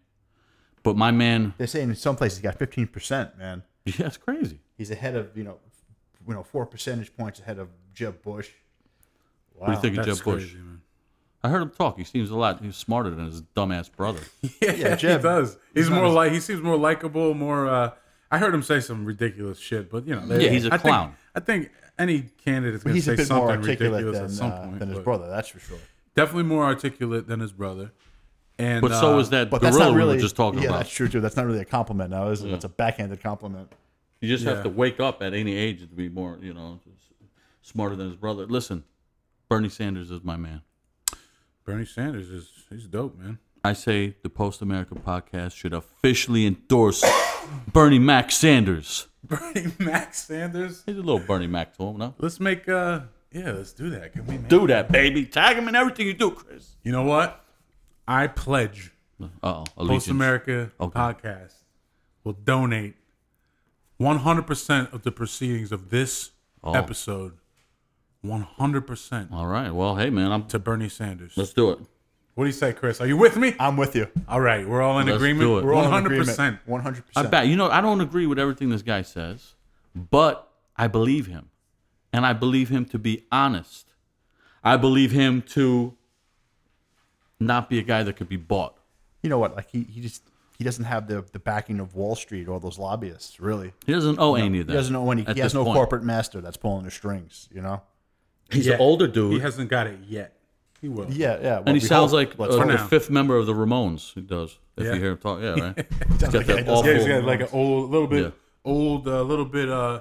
But my man, [laughs] They're saying in some places he got fifteen percent. Man, yeah, it's crazy. he's ahead of you know f- you know four percentage points ahead of Jeb Bush. What Wow. do you think of That's Jeb Bush? crazy, man. I heard him talk. He seems a lot. He's smarter than his dumbass brother. Yeah, [laughs] Jeb- he does. He's, he's not more as- like he seems more likable, more. Uh, I heard him say some ridiculous shit, but you know, they- Yeah, he's a I think- clown. I think any candidate's gonna he's say a bit more something articulate ridiculous at than, some uh, point. than his but brother. That's for sure. Definitely more articulate than his brother. And But so uh, is that But gorilla that's not really we were just talking yeah, about. Mm. that's true too. That's not really a compliment now, is it? That's a backhanded compliment. You just have Yeah. to wake up at any age to be more, you know, s- smarter than his brother. Listen, Bernie Sanders is my man. Bernie Sanders is he's dope, man. [laughs] I say the Post America podcast should officially endorse [coughs] Bernie Mac Sanders. Bernie Mac Sanders. He's a little Bernie Mac to him, no? Let's make. uh Yeah, let's do that. Can we? Make, Do that, baby. Tag him in everything you do, Chris. you know what? I pledge. Uh oh. Post America Okay. podcast will donate 100% of the proceedings of this Oh. episode, 100% All right. Well, hey, man, I'm. to Bernie Sanders. let's do it. What do you say, Chris? Are you with me? I'm with you. All right, we're all in Let's agreement. do it. We're all 100%. in agreement. 100%. I bet. You know, I don't agree with everything this guy says, but I believe him. And I believe him to be honest. I believe him to not be a guy that could be bought. You know what? Like he, he just he doesn't have the, the backing of Wall Street or those lobbyists, really. He doesn't owe any of that. He doesn't know any. at He has this no point. corporate master that's pulling the strings. You know. He's Yeah. an older He dude. hasn't got it yet. He will. Yeah, yeah. and he sounds like let uh, for the now. fifth member of the Ramones. He does. If Yeah. you hear him talk, [laughs] yeah, right. he's got like- that yeah, awful. he Yeah, he's got like an old, little bit Yeah. old, a little bit, uh,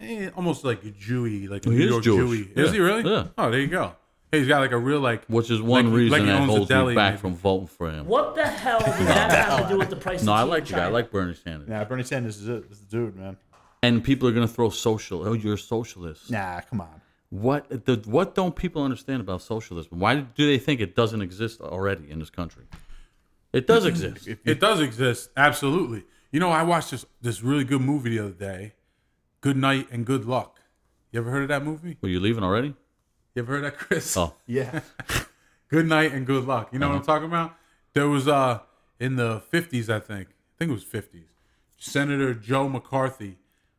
eh, almost like a Jewy, like a He New is York Jewish. Jewy. Is Yeah. he really? Yeah. Oh, there you go. Hey, he's got like a real like, which is one like- like reason he that owns a holds deli, me back maybe. from voting for him. [laughs] What the hell does that have to do with the price? No, of I tea like in the guy. I China? like Bernie Sanders. nah, Bernie Sanders is, it, is the dude, man. And people are gonna throw social. Oh, you're a socialist. Nah, come on. What the what don't people understand about socialism? Why do they think it doesn't exist already in this country? It does exist. It does exist, absolutely. You know, I watched this this really good movie the other day, Good Night and Good Luck. You ever heard of that movie? Were you leaving already? You ever heard of that, Chris? Oh, Uh-huh. Yeah, Good Night and Good Luck. You know what I'm talking about? There was uh in the 50s, I think. I think it was 50s. Senator Joe McCarthy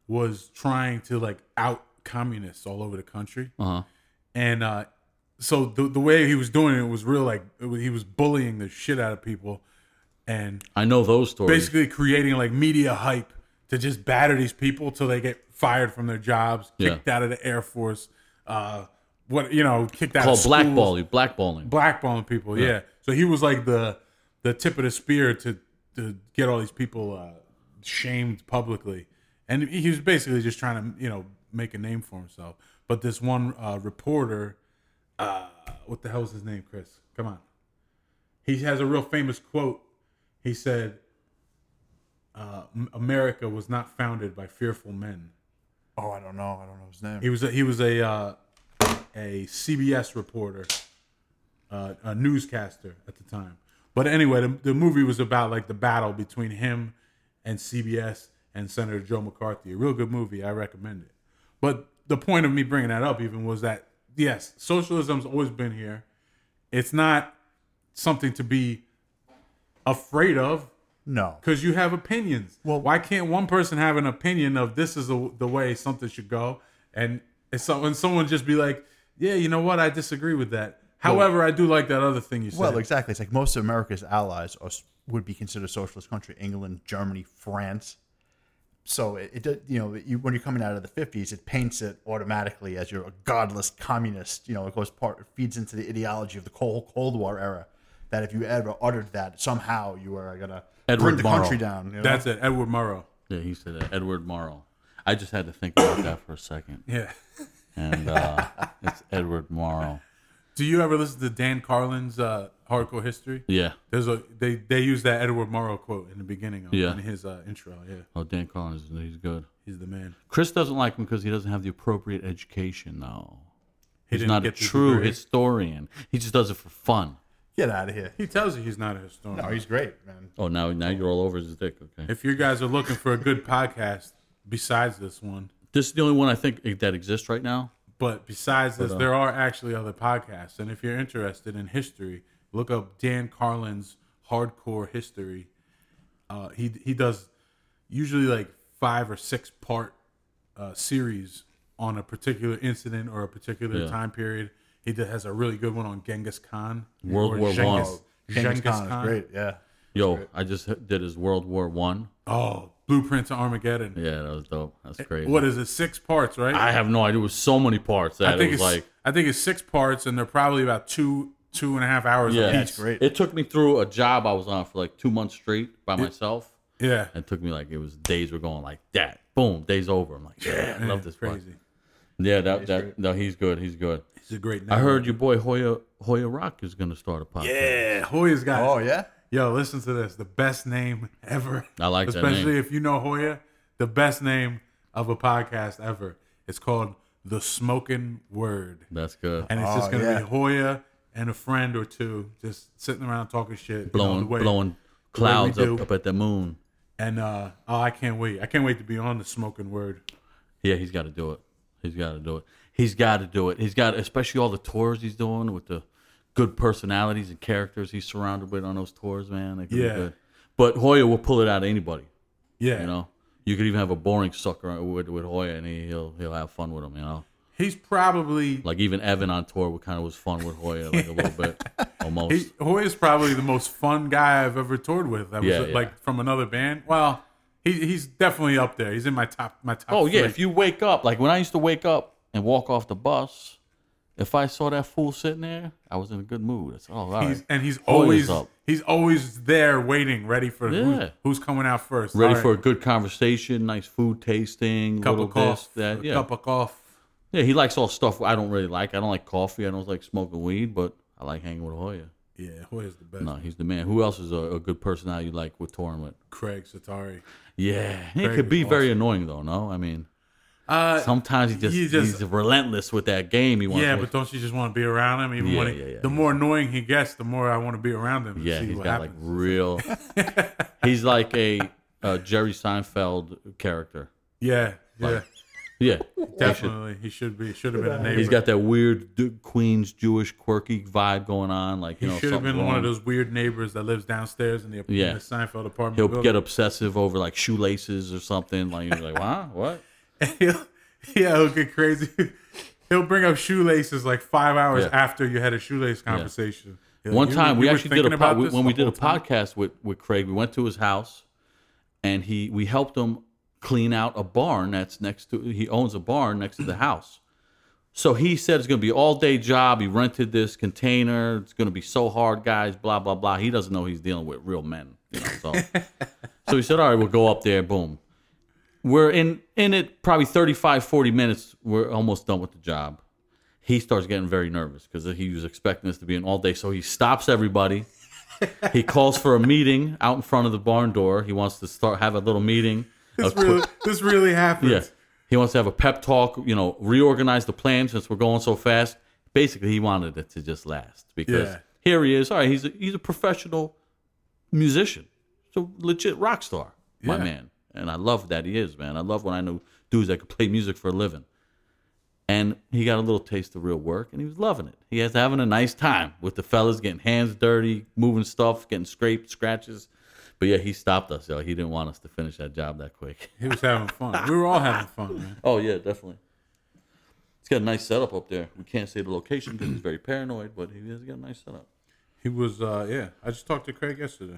was trying to like out communists all over the country. uh-huh. and uh, so the the way he was doing it was real like it was, he was bullying the shit out of people and I know those stories. basically creating like media hype to just batter these people till they get fired from their jobs, Yeah. kicked out of the air force, uh, what you know, kicked out called of schools, Oh, blackball. You blackballing. blackballing people. Yeah. So he was like the the tip of the spear to to get all these people uh, shamed publicly, and he was basically just trying to you know make a name for himself. But this one uh, reporter, uh, what the hell is his name, Chris? Come on. He has a real famous quote. He said, uh, "M- "America was not founded by fearful men." Oh, I don't know. I don't know his name. He was a, he was a uh, a CBS reporter, uh, a newscaster at the time. But anyway, the, the movie was about like the battle between him and CBS and Senator Joe McCarthy. A real good movie. I recommend it. But the point of me bringing that up even was that yes, socialism's always been here. It's not something to be afraid of no. because you have opinions. Well, Well- why can't one person have an opinion of this is the, the way something should go, and and so and someone just be like, yeah, you know what, I disagree with that. However, I do like that other thing you said. Well, exactly. It's like most of America's allies are, would be considered socialist country: England, Germany, France. So it, it does- you know you, when you're coming out of the fifties, it paints it automatically as you're a godless communist. You know, it goes part it feeds into the ideology of the Cold Cold War era. That if you ever uttered that, somehow you are gonna Edward bring the Murrow. country down. you know? That's it, Edward Murrow. Yeah, he said that. Edward Morrow. I just had to think about that for a second. Yeah. And uh, [laughs] it's Edward Morrow. Do you ever listen to Dan Carlin's uh, Hardcore History? Yeah. There's a they they use that Edward Murrow quote in the beginning of Yeah. in his uh, intro. Yeah, Oh, Dan Collins, he's good. he's the man. Chris doesn't like him because he doesn't have the appropriate education, though. He He's didn't not a get the true degree. historian. He just does it for fun. Get out of here. He tells you he's not a historian. No, he's great, man. Oh, now now you're all over his dick. Okay. if you guys are looking for a good podcast besides this one, This is the only one I think that exists right now. But besides this, um, there are actually other podcasts. And if you're interested in history, look up Dan Carlin's Hardcore History. Uh, he he does usually like five or six part uh, series on a particular incident or a particular Yeah. time period. He did, has a really good one on Genghis Khan. World or War Genghis- One. Oh, Genghis Genghis Khan Khan. is great. Yeah. Yo, I just did his World War One. Oh, Blueprint to Armageddon. Yeah, that was dope. That's crazy. Eh, What is it? Six parts, right? I have no idea. It was so many parts that I think it was it's like I think it's six parts, and they're probably about two two and a half hours. yeah, apiece. That's great. It took me through a job I was on for like two months straight by myself. yeah. And it took me like it was days were going like that. Boom, days over. I'm like, yeah, I love this part. Crazy. Yeah, that that no, he's good. He's good. He's a great. I heard your boy Hoya Hoya Rock is gonna start a podcast. Yeah, Hoya's got. Oh yeah. Yo, listen to this. The best name ever. I like that especially name. if you know Hoya. The best name of a podcast ever. It's called the Smoking Word, That's good. and it's Oh, just gonna yeah. be Hoya and a friend or two just sitting around talking shit, you know, blowing the way- blowing clouds we up, do. up at the moon. And uh, oh, I can't wait. I can't wait to be on the Smoking Word. Yeah, he's got to do it. He's got to do it. He's got to do it. He's got, especially all the tours he's doing with the good personalities and characters he's surrounded with on those tours, man. They could be Yeah. good. But Hoya will pull it out of anybody. Yeah, You know, you could even have a boring sucker with, with Hoya, and he, he'll he'll have fun with him. You know, he's probably like even Evan on tour, what kind of was fun with Hoya, like a little [laughs] bit, almost. He, Hoya's probably the most fun guy I've ever toured with. That was Yeah, yeah. like from another band. Well, he, he's definitely up there. He's in my top my top. Oh yeah, three. if you wake up, like when I used to wake up and walk off the bus, if I saw that fool sitting there, I was in a good mood. I said, "Oh, all right." he's, and he's Hoya's always up. he's always there waiting, ready for Yeah. who's, who's coming out first. ready All for a right, good conversation, nice food tasting, cup little of coffee. this, that. Yeah, cup of coffee. yeah. He likes all stuff I don't really like. I don't like coffee. I don't like smoking weed, but I like hanging with Hoya. Yeah, Hoya's the best. No, he's the man. Who else is a, a good personality you like with touring with? Craig Satari. Yeah, he Craig could be is very annoying though. No, I mean Uh, sometimes he just, he just- he's relentless with that game. He wants. yeah, to but don't you just want to be around him? Even Yeah, when he, yeah, yeah. the more annoying he gets, the more I want to be around him. and Yeah, see he's what got like happens. [laughs] real. he's like a, uh Jerry Seinfeld character. yeah, yeah, Yeah, definitely. He should be should have been a neighbor. he's got that weird Du- Queens Jewish quirky vibe going on. Like you He know, should have something's been one wrong. of those weird neighbors that lives downstairs in the, Yeah. in the Seinfeld apartment. He'll building. get obsessive over like shoelaces or something. Like you're like, huh? [laughs] What? He'll- [laughs] yeah, he'll get crazy. [laughs] he'll bring up shoelaces like five hours Yeah. after you had a shoelace conversation. You're like, One "You- time you we were actually did thinking a about pod, we- this when the we did a whole time?" podcast with with Craig. We went to his house, and he we helped him clean out a barn that's next to. He owns a barn next to [clears throat] the house. So he said it's going to be all day job. He rented this container. It's going to be so hard, guys. Blah blah blah. He doesn't know he's dealing with real men. You know, so [laughs] so he said, all right, we'll go up there. Boom. We're in in it probably 35, 40 minutes. We're almost done with the job he starts getting very nervous because he was expecting this to be an all day. So he stops everybody. he calls for a meeting out in front of the barn door. He wants to start have a little meeting. This A quick- really, this really happens. yeah. He wants to have a pep talk, you know, reorganize the plan since we're going so fast. Basically, he wanted it to just last because Yeah. here he is. All right, he's a, he's a professional musician. He's a legit rock star, my Yeah. man. And I love that he is, man. I love when I know dudes that could play music for a living. And he got a little taste of real work and he was loving it. He was having a nice time with the fellas, getting hands dirty, moving stuff, getting scraped, scratches. But yeah, he stopped us, yo. He didn't want us to finish that job that quick. He was having fun. We were all having fun, man. Oh yeah, definitely. It's got a nice setup up there. We can't say the location because he's very paranoid, but he has got a nice setup. He was, uh, yeah. I just talked to Craig yesterday.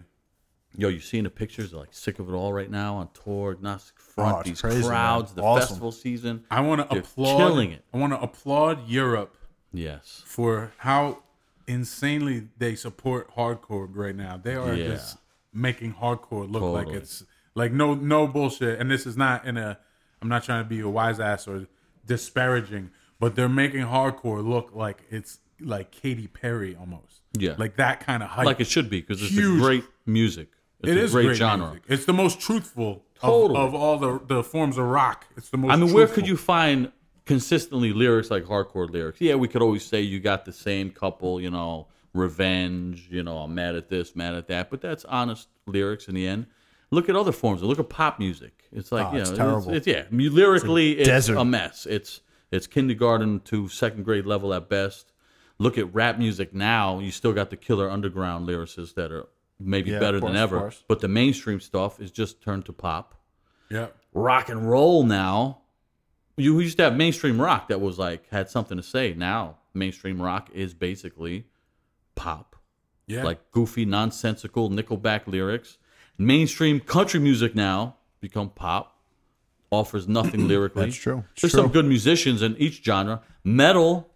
Yo, you seeing the pictures? Like sick of it all right now on tour, agnostic front, it's these crazy, man. crowds, the Awesome. festival season. I want to They're applaud. killing it. I want to applaud Europe Yes, for how insanely they support hardcore right now. They are Yeah. just making hardcore look like Totally. it's like no no bullshit. And this is not in a. I'm not trying to be a wise ass or disparaging, but they're making hardcore look like it's like Katy Perry almost. Yeah. like that kind of hype. like it should be because it's Huge. a great music. It's It a is great, genre. music. It's the most truthful of- Totally. of, all the, the forms of rock. It's the most. I mean, where truthful. could you find consistently lyrics like hardcore lyrics? Yeah, we could always say you got the same couple, you know, revenge, you know, I'm mad at this, mad at that, but that's honest lyrics in the end. Look at other forms. Look at pop music. It's like, Oh, you know, it's it's terrible. It's, yeah, mu- lyrically, it's, desert. a mess. It's it's kindergarten to second grade level at best. Look at rap music now. You still got the killer underground lyricists that are maybe Yeah, of better course, than of ever, course. but the mainstream stuff is just turned to pop Yeah, rock and roll now. You used to have mainstream rock that was like had something to say. Now mainstream rock is basically pop, yeah. like goofy, nonsensical Nickelback lyrics. Mainstream country music now become pop, offers [clears throat] nothing lyrically. That's true. It's There's true. some good musicians in each genre. Metal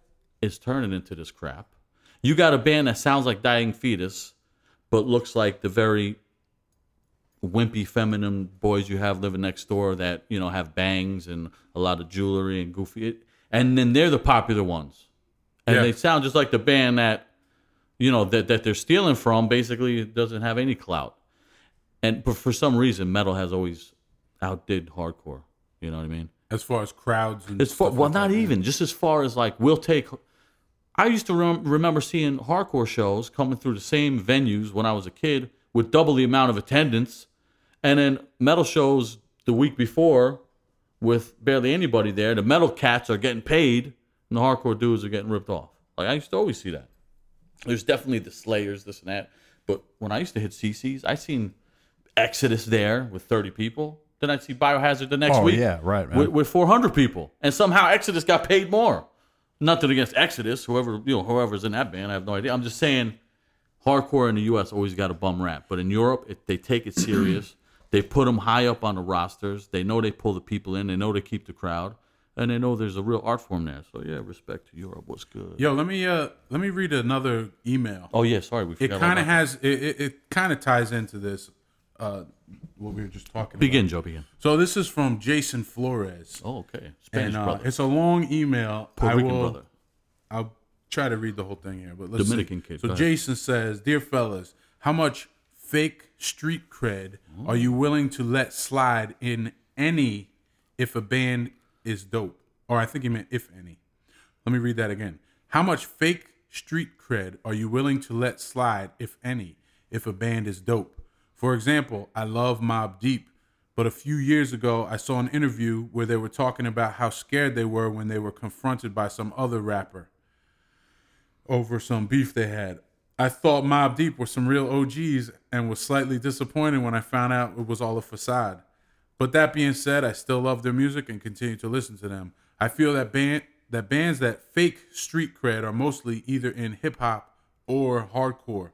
is turning into this crap. You got a band that sounds like Dying Fetus, but looks like the very wimpy feminine boys you have living next door that you know have bangs and a lot of jewelry and goofy it, and then they're the popular ones and Yeah. they sound just like the band that you know that, that they're stealing from basically doesn't have any clout and but for some reason metal has always outdid hardcore you know what i mean as far as crowds and as far stuff well like not e- that. even just as far as like we'll take i used to rem- remember seeing hardcore shows coming through the same venues when i was a kid with double the amount of attendance and then metal shows the week before with barely anybody there the metal cats are getting paid and the hardcore dudes are getting ripped off like i used to always see that there's definitely the slayers this and that but when i used to hit cc's i seen exodus there with 30 people then i'd see biohazard the next Oh, week yeah, right, man. with, with 400 people and somehow exodus got paid more nothing against exodus whoever you know whoever's in that band i have no idea i'm just saying hardcore in the us always got a bum rap but in europe it, they take it serious [clears throat] they put them high up on the rosters they know they pull the people in they know they keep the crowd and they know there's a real art form there so yeah respect to europe what's good Yo, let me uh let me read another email. oh yeah sorry we it forgot all kind of about- has it it, it kind of ties into this uh what we were just talking about. begin joe begin So this is from Jason Flores. Oh, okay. Spanish and uh, brother. it's a long email. I Puerto Rican will- brother. I'll try to read the whole thing here, but let's see. Dominican kid, So go ahead. Jason says, "Dear fellas, how much fake street cred are you willing to let slide in any if a band is dope?" Or I think he meant if any. Let me read that again. How much fake street cred are you willing to let slide if any if a band is dope? For example, I love Mob Deep, but a few years ago, I saw an interview where they were talking about how scared they were when they were confronted by some other rapper over some beef they had. I thought Mob Deep were some real OGs and was slightly disappointed when I found out it was all a facade. But that being said, I still love their music and continue to listen to them. I feel that band that bands that fake street cred are mostly either in hip hop or hardcore.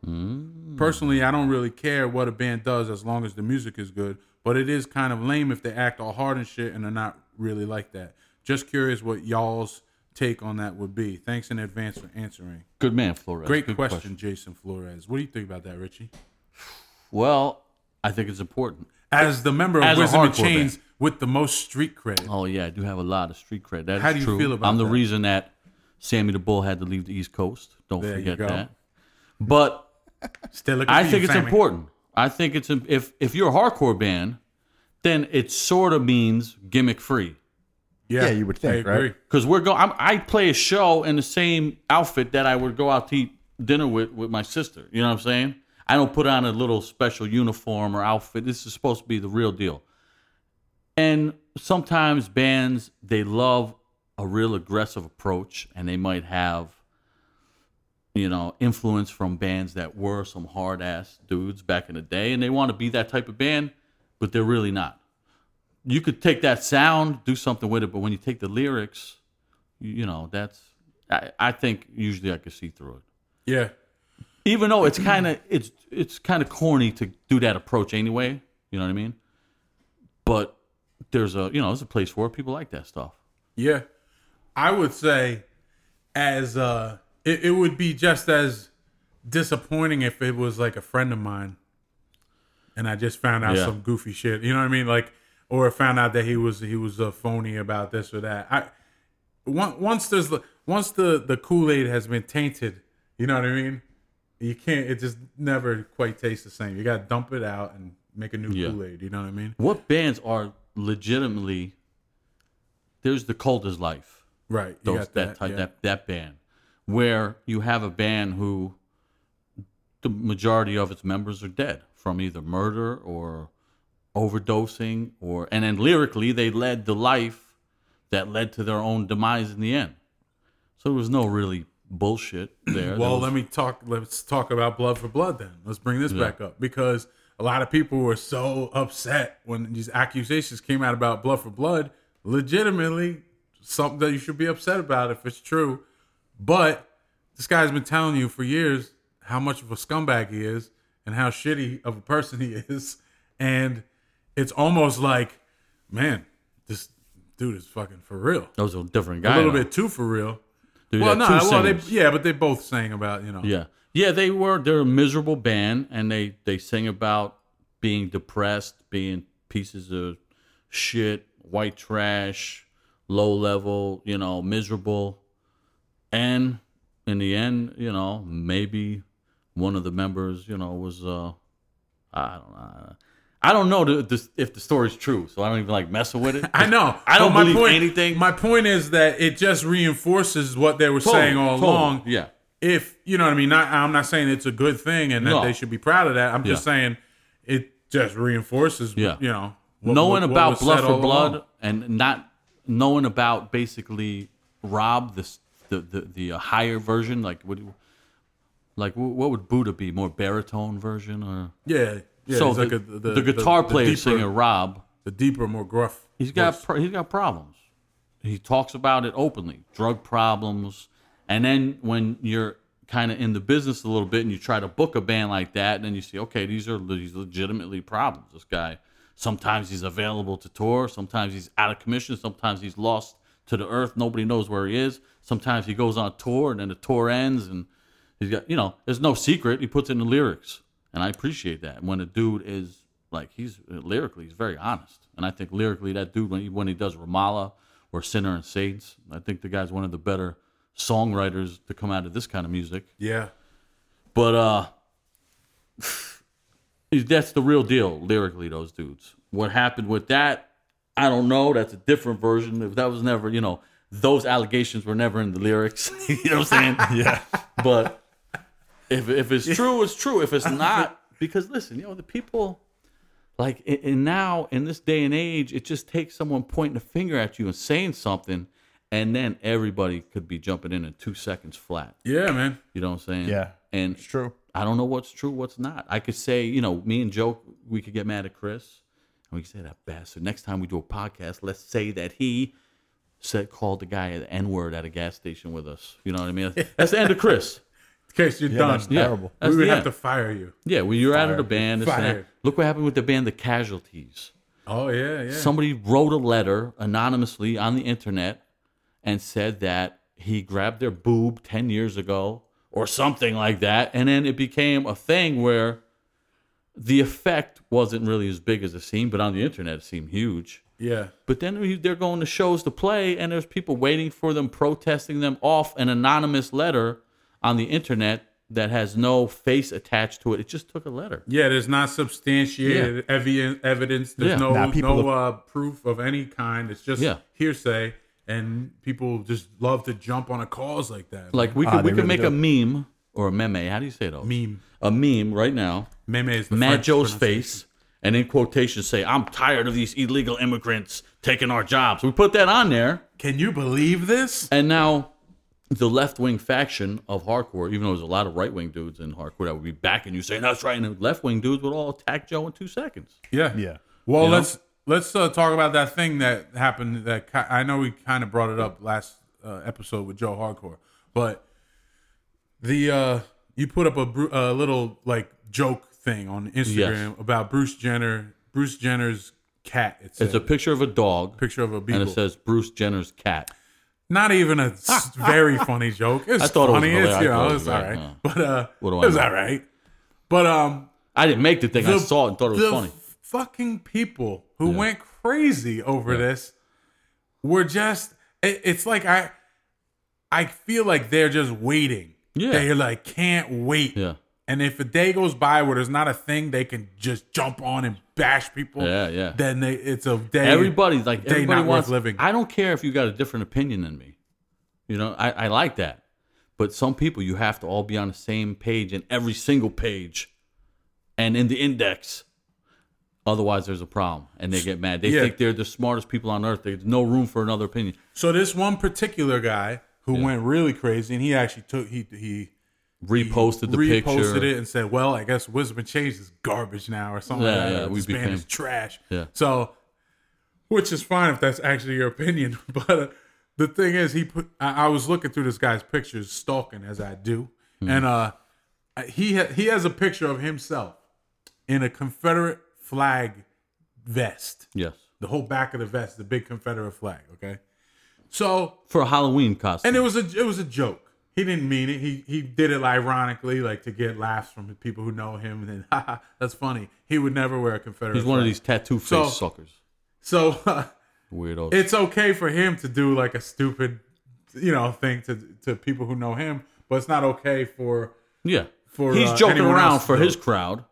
Personally, I don't really care what a band does as long as the music is good, but it is kind of lame if they act all hard and shit and are not really like that. Just curious what y'all's take on that would be. Thanks in advance for answering. Good man, Flores. Great Good question, Jason Flores. What do you think about that, Richie? Well, I think it's important. As the member of As a Wisdom and hardcore Chains with the most street cred. Oh yeah, I do have a lot of street cred. That's How do you true. feel about I'm the that? reason that Sammy the Bull had to leave the East Coast. Don't There you forget go. that. But Still looking I for think you, it's Sammy. important. I think it's im- if if you're a hardcore band, then it sort of means gimmick free. Yeah, you would think, I right? agree. Because we're going, I play a show in the same outfit that I would go out to eat dinner with with my sister. You know what I'm saying? I don't put on a little special uniform or outfit. This is supposed to be the real deal. And sometimes bands they love a real aggressive approach, and they might have, you know, influence from bands that were some hard ass dudes back in the day, and they want to be that type of band, but they're really not you could take that sound, do something with it, but when you take the lyrics, you, you know, that's I, I think usually I could see through it. Yeah, Even though it's kind of it's it's kind of corny to do that approach anyway, you know what I mean? But there's a you know there's a place for it. People like that stuff. yeah. I would say, as uh, it, it would be just as disappointing if it was like a friend of mine, and I just found out Yeah. some goofy shit. You know what I mean? Like, or found out that he was he was a phony about this or that. I on- once there's the- once the the Kool Aid has been tainted, you know what I mean? You can't. It just never quite tastes the same. You got to dump it out and make a new Yeah. Kool Aid. You know what I mean? What bands are legitimately? There's the Cold as Life. Right. You those got that type, yeah. that that band, where you have a band who the majority of its members are dead from either murder or overdosing, or and then lyrically they led the life that led to their own demise in the end. So there was no really bullshit there. Well, There let was- me talk. Let's talk about blood for blood then. Let's bring this back up because a lot of people were so upset when these accusations came out about blood for blood. Legitimately, something that you should be upset about if it's true. But this guy's been telling you for years how much of a scumbag he is and how shitty of a person he [laughs] is, and it's almost like, man, this dude is fucking for real. those are different A guys. little bit too for real. Dude, well, no, yeah, two well, they, singers. yeah, but they both sang about you know. Yeah. Yeah, they were they're a miserable band and they they sing about being depressed, being pieces of shit, white trash, low level, you know, miserable. And in the end, you know, maybe one of the members, you know, was uh I don't know. I don't know the, the, if the story's true, so I don't even like messing with it. [laughs] I know. [laughs] I don't But my believe point, anything. My point is that it just reinforces what they were Totally, saying all totally. along. Yeah. If you know what I mean, not, I'm not saying it's a good thing and that No. they should be proud of that. I'm just saying it just reinforces. Yeah. You know, what- knowing what- what about was blood said for all blood along. and not knowing about basically rob this the the, the uh, higher version like what do- like wh- what would buddha be more baritone version or Yeah. Yeah. so it's the, like a- the guitar player deeper, singer rob the deeper, more gruff. he's got pro- he's got problems he talks about it openly drug problems and then when you're kind of in the business a little bit and you try to book a band like that and then you see okay these are le- these legitimately problems this guy sometimes he's available to tour sometimes he's out of commission sometimes he's lost to the earth nobody knows where he is sometimes he goes on tour and then the tour ends and he's got you know there's no secret he puts in the lyrics and i appreciate that when a dude is like he's uh, lyrically he's very honest and i think lyrically that dude when he when he does ramallah or sinner and saints i think the guy's one of the better songwriters to come out of this kind of music Yeah. but uh [sighs] that's the real deal lyrically those dudes what happened with that i don't know that's a different version if that was never you know those allegations were never in the lyrics [laughs] you know what i'm saying yeah but if, if it's true it's true if it's not because listen you know the people like a- and now in this day and age it just takes someone pointing a finger at you and saying something and then everybody could be jumping in in two seconds flat Yeah, man. you know what I'm saying? Yeah. And It's true. I don't know what's true, what's not. I could say, you know, me and Joe, we could get mad at Chris, and we could say that bastard. Next time we do a podcast, let's say that he said called the guy the N word at a gas station with us. You know what I [laughs] mean? That's the end of Chris. In case you're done, that's- Yeah, Terrible. that's we would the have end. to fire you. yeah, well, you're out of the Fired. band. this and that. Fired. Look what happened with the band, the Casualties. Oh yeah, yeah. Somebody wrote a letter anonymously on the internet and said that he grabbed their boob 10 years ago or something like that. And then it became a thing where the effect wasn't really as big as it seemed, but on the internet it seemed huge. Yeah. But then we- they're going to shows to play, and there's people waiting for them, protesting them off an anonymous letter on the internet that has no face attached to it. It just took a letter. Yeah, there's not substantiated evi- evidence. There's Yeah. no Nah, people no uh, proof of any kind. It's just Yeah. hearsay, and people just love to jump on a cause like that. Like we Ah, could, we they could really make a meme or a meme. How do you say those? Meme. A meme right now. Meme is the French Majo's pronunciation. face, and in quotation say, "I'm tired of these illegal immigrants taking our jobs." We put that on there, Can you believe this? and now the left wing faction of hardcore, even though there's a lot of right wing dudes in hardcore that would be backing you, saying that's right, and the left wing dudes would all attack Joe in two seconds. Yeah. Yeah. Well, You know? let's let's uh, talk about that thing that happened. That ki- I know we kind of brought it up last uh, episode with Joe Hardcore, but the uh, you put up a bru- uh, little like joke thing on Instagram Yes. about Bruce Jenner. Bruce Jenner's cat. It's, It's a picture of a dog, picture of a beagle. and it says Bruce Jenner's cat. Not even a [laughs] s- very funny joke. It's I thought it was funny. hilarious. it's you I know, thought it it's was all great, right. huh. But uh, What do it I was know? all right. But um, I didn't make the thing. I the- saw it and thought it was the funny. f- Fucking people who went crazy over this were just. It, it's like I, I feel like they're just waiting. Yeah. they're like can't wait. Yeah. And if a day goes by where there's not a thing they can just jump on and bash people, Yeah, yeah. then they, it's a day. Everybody's like day everybody not wants worth living. I don't care if you got a different opinion than me. You know, I, I like that. But some people you have to all be on the same page in every single page and in the index. Otherwise there's a problem and they get mad. They Yeah. think they're the smartest people on earth. There's no room for another opinion. so this one particular guy who went really crazy, and he actually took he he Reposted the reposted picture. it and said, "Well, I guess Wisdom and Change is garbage now, or something. Yeah, like yeah, that. we this band became- is trash." Yeah. So, which is fine if that's actually your opinion, [laughs] but uh, the thing is, he put. I, I was looking through this guy's pictures, stalking as I do, Hmm. and uh, he ha- he has a picture of himself in a Confederate flag vest. Yes. The whole back of the vest, the big Confederate flag. Okay, so For a Halloween costume. and it was a it was a joke. He didn't mean it. He he did it ironically, like to get laughs from the people who know him. And then, [laughs] haha, that's funny. He would never wear a Confederate. He's one of flag. these tattoo face So- suckers. So [laughs] uh, Weirdos. it's okay for him to do like a stupid, you know, thing to to people who know him, but it's not okay for yeah. for, He's uh, joking anyone around else to for do his it. crowd.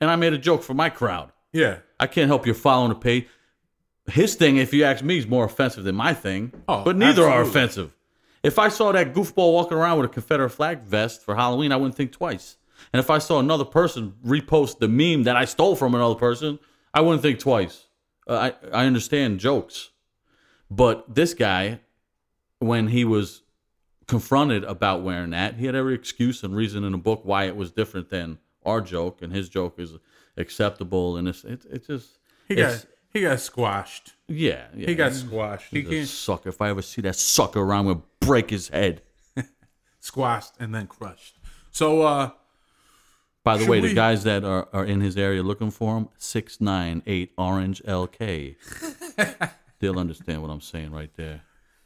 And I made a joke for my crowd. yeah. I can't help you following the page. His thing, if you ask me, is more offensive than my thing. Oh, but neither are absolutely. offensive. If I saw that goofball walking around with a Confederate flag vest for Halloween, I wouldn't think twice. And if I saw another person repost the meme that I stole from another person, I wouldn't think twice. Uh, I I understand jokes, but this guy, when he was confronted about wearing that, he had every excuse and reason in the book why it was different than our joke and his joke is acceptable and it's it's it's just He it's- got he got squashed. yeah, yeah He got squashed. He He's a can't sucker. If I ever see that sucker around, I'm gonna break his head. squashed and then crushed. So uh By the Should way, we- the guys that are, are in his area looking for him, six nine eight Orange [laughs] LK. They'll understand what I'm saying right there.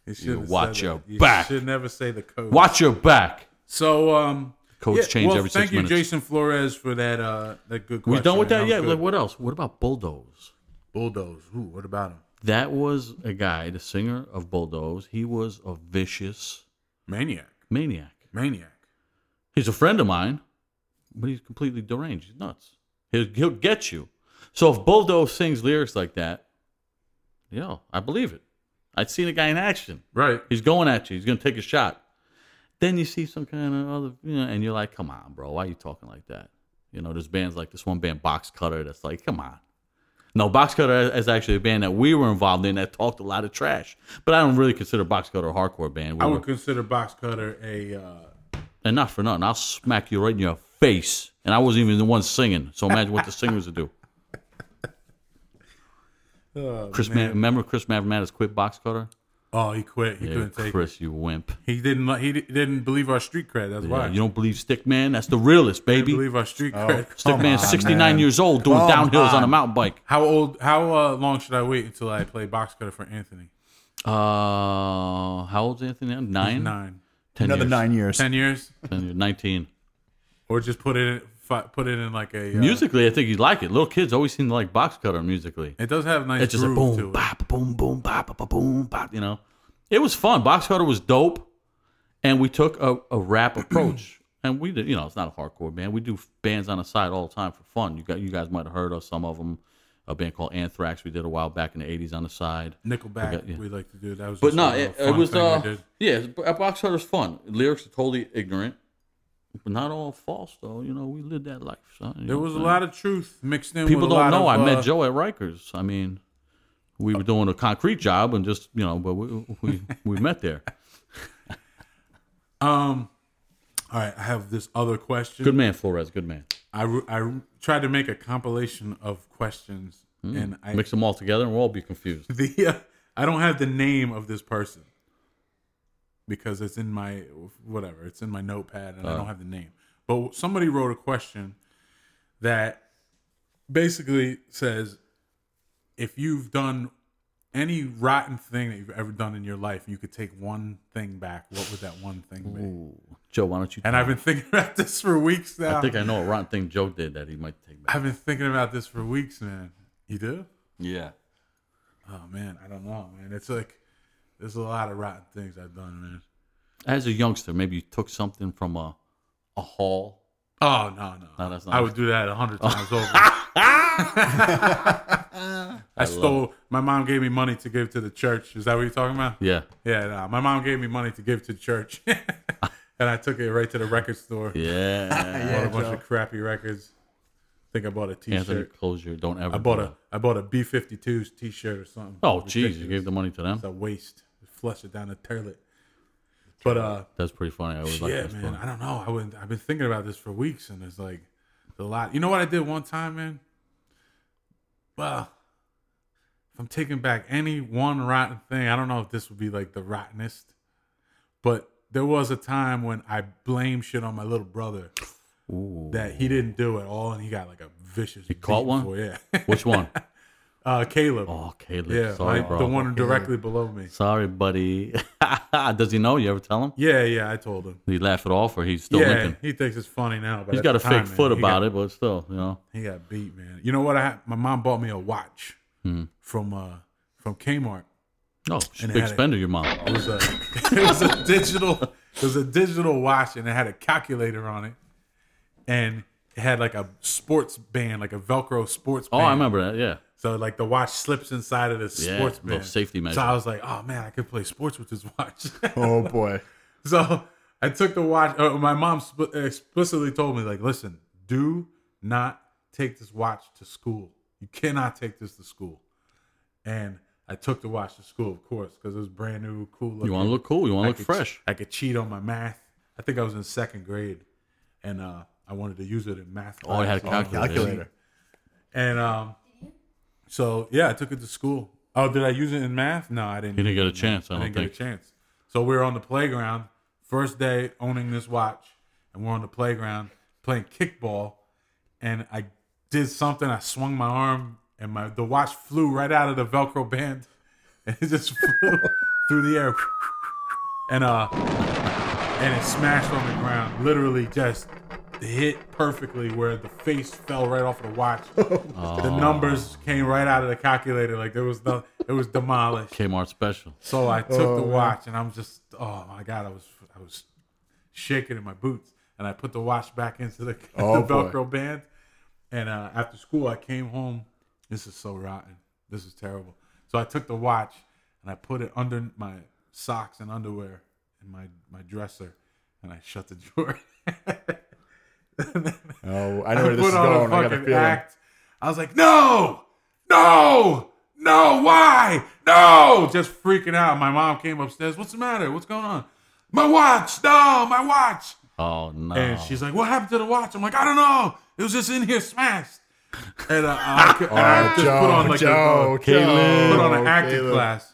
you shouldn't have watch said your that. you back. Should never say the code. Watch your back. So um Codes change every six thank you, minutes. Jason Flores, for that uh that good question. We done with that was yet? good. Like, what else? What about Bulldoze? Bulldoze. Ooh, what about him? That was a guy, the singer of Bulldoze. He was a vicious Maniac. maniac. Maniac. He's a friend of mine, but he's completely deranged. He's nuts. He'll, he'll get you. So if Bulldoze sings lyrics like that, yo, I believe it. I'd seen a guy in action. Right. He's going at you. He's going to take a shot. Then you see some kind of other, you know, and you're like, come on, bro. Why are you talking like that? You know, there's bands like this one band, Box Cutter, that's like, come on. No, Box Cutter is actually a band that we were involved in that talked a lot of trash. But I don't really consider Box Cutter a hardcore band. We I were- would consider Box Cutter a uh and not for nothing, I'll smack you right in your face. And I wasn't even the one singing, so imagine [laughs] what the singers would do. Chris, Ma- remember Chris Mavromatis quit box cutter? Oh, he quit. He Yeah, couldn't take it. Chris, you wimp. He didn't like he di- didn't believe our street cred. That's Yeah, why. you don't believe Stick Man? That's the realest, baby. believe our street Oh. cred. Stick Man's 69 years old doing downhills on a mountain bike. How old how uh, long should I wait until I play Box Cutter for Anthony? Uh, how old's Anthony now? Nine? Nine. Ten Another years. nine years. Ten years? Ten years. 19. Or just put it in fi- put it in like a uh, Musically, I think you like it. Little kids always seem to like box cutter musically. It does have nice It's just a groove to boom, it. bop, boom, boom, bop, bop, bop, boom, bop. You know, it was fun. Box cutter was dope, and we took a, a [clears throat] rap approach. and we did, you know, it's not a hardcore band. We do bands on the side all the time for fun. You got, you guys might have heard of some of them. A band called Anthrax we did a while back in the '80s on the side. Nickelback, Okay, yeah. we like to do that. Was But just no, a it, little it fun was thing we uh, did. yeah, a box cutter was fun. Lyrics are totally ignorant, but not all false though. You know, we lived that life. Son, You There know was a what I'm saying? lot of truth mixed in. people with a don't lot know. of, I uh, met Joe at Rikers. I mean, we were doing a concrete job and just you know, but we we, we met [laughs] there. Um, all right, I have this other question. Good man, Flores. Good man. I, re- I re- tried to make a compilation of questions, Hmm. and I Mix them all together and we'll all be confused. [laughs] the uh, I don't have the name of this person because it's in my whatever it's in my notepad Uh. and I don't have the name. But somebody wrote a question that basically says if you've done any rotten thing that you've ever done in your life, you could take one thing back. What would that one thing be? Joe, why don't you? And uh, I've been thinking [laughs] about this for weeks now. I think I know a rotten thing Joe did that he might take back. I've been thinking about this for weeks, man. You do? Yeah. Oh man, I don't know, man. It's like there's a lot of rotten things I've done, man. As a youngster, maybe you took something from a a hall. Oh no, no, No, that's not Oh. I what- would do that a hundred [laughs] times over. [laughs] I, stole. My mom gave me money to give to the church. Is that what you're talking about? [laughs] Yeah. Yeah, no. My mom gave me money to give to the church, [laughs] and I took it right to the record store. Yeah. bought a bunch of crappy records. I think I bought a T-shirt. Anthony, close your. Don't ever. I bought do a that. I bought a B52s T-shirt or something. Oh, jeez, you Ridiculous. gave the money to them. It's a waste. Flush it down the toilet. But uh, That's pretty funny. I always like yeah, that man. story. I don't know. I would, I've been thinking about this for weeks, and it's like it's a lot. You know what I did one time, man? Well, if I'm taking back any one rotten thing, I don't know if this would be like the rottenest, but there was a time when I blamed shit on my little brother that he didn't do at all, and he got like a vicious. He caught one? yeah. [laughs] Which one? uh, Caleb. Oh, Caleb. yeah, sorry, my- bro. the one directly below me. Sorry, buddy. [laughs] Does he know? You ever tell him? Yeah, yeah, I told him. He laughed it off, or he's still yeah, limping. he thinks it's funny now. But He's at got the a fake time, man, foot he about got- it, but still, you know. He got beat, man. You know what? I had- my mom bought me a watch Hmm. from uh from Kmart. No, And Oh, big had it. spender, your mom. It was a [laughs] it was a digital it was a digital watch, and it had a calculator on it, and it had like a sports band, like a Velcro sports. Oh, band. I remember that. Yeah, So like the watch slips inside of the Yeah, sports little band. safety measure. So I was like, oh man, I could play sports with this watch. [laughs] [laughs] Oh boy. So I took the watch. Uh, my mom sp- explicitly told me, like, listen, do not take this watch to school. You cannot take this to school. And I took the watch to school, of course, because it was brand new, cool. Looking. you want to look cool. You want I to look could- fresh. I could cheat on my math. I think I was in second grade, and uh, I wanted to use it in math. Oh, it had a class. calculator. Calculator. And um, so yeah, I took it to school. Oh, did I use it in math? No, I didn't. You didn't use get it a in chance, I don't math. didn't think. get a chance. So we were on the playground, first day owning this watch, and we're on the playground playing kickball. And I did something. I swung my arm, and my the watch flew right out of the Velcro band, [laughs] and it just flew [laughs] through the air, and uh, and it smashed on the ground. Literally just hit perfectly where the face fell right off of the watch. The numbers came right out of the calculator. Like there was no, it was demolished. Kmart special. So I Oh, took the watch and I'm just, oh my god, I was, I was shaking in my boots, and I put the watch back into the, [laughs] Oh, the boy. Velcro band. And uh, after school, I came home. This is so rotten. This is terrible. So I took the watch and I put it under my socks and underwear in my my dresser, and I shut the [laughs] drawer. Oh, I I know where this put is on going. I a got a fucking feeling. act. I was like, no, no, no, why? No, just freaking out. My mom came upstairs. What's the matter? What's going on? My watch. No, my watch. Oh no. And she's like, what happened to the watch? I'm like, I don't know. It was just in here smashed. And uh, [laughs] I, and I just put on like Oh, Joe, a, uh, Caleb, Oh, put on an acting Caleb. [laughs] class.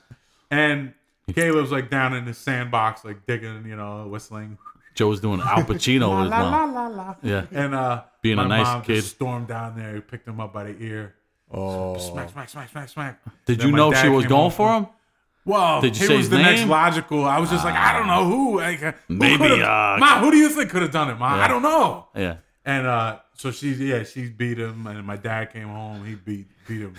And Caleb's like down in his sandbox, like digging, you know, whistling. Joe's doing Al Pacino with his La, la, mom. la, la. Yeah. And uh, Being a my nice mom kid. just stormed down there, picked him up by the ear. Oh, smack, smack, smack, smack, smack. Did Then you my know dad she was came going home for him? Well, Did you he say was his the next name? Ah. logical. I was just like, I don't know who. Like, who Maybe, could've- uh, Ma, who do you think could have done it, Ma? I don't know. Yeah. And uh, so she, yeah, she beat him, and my dad came home. He beat beat him.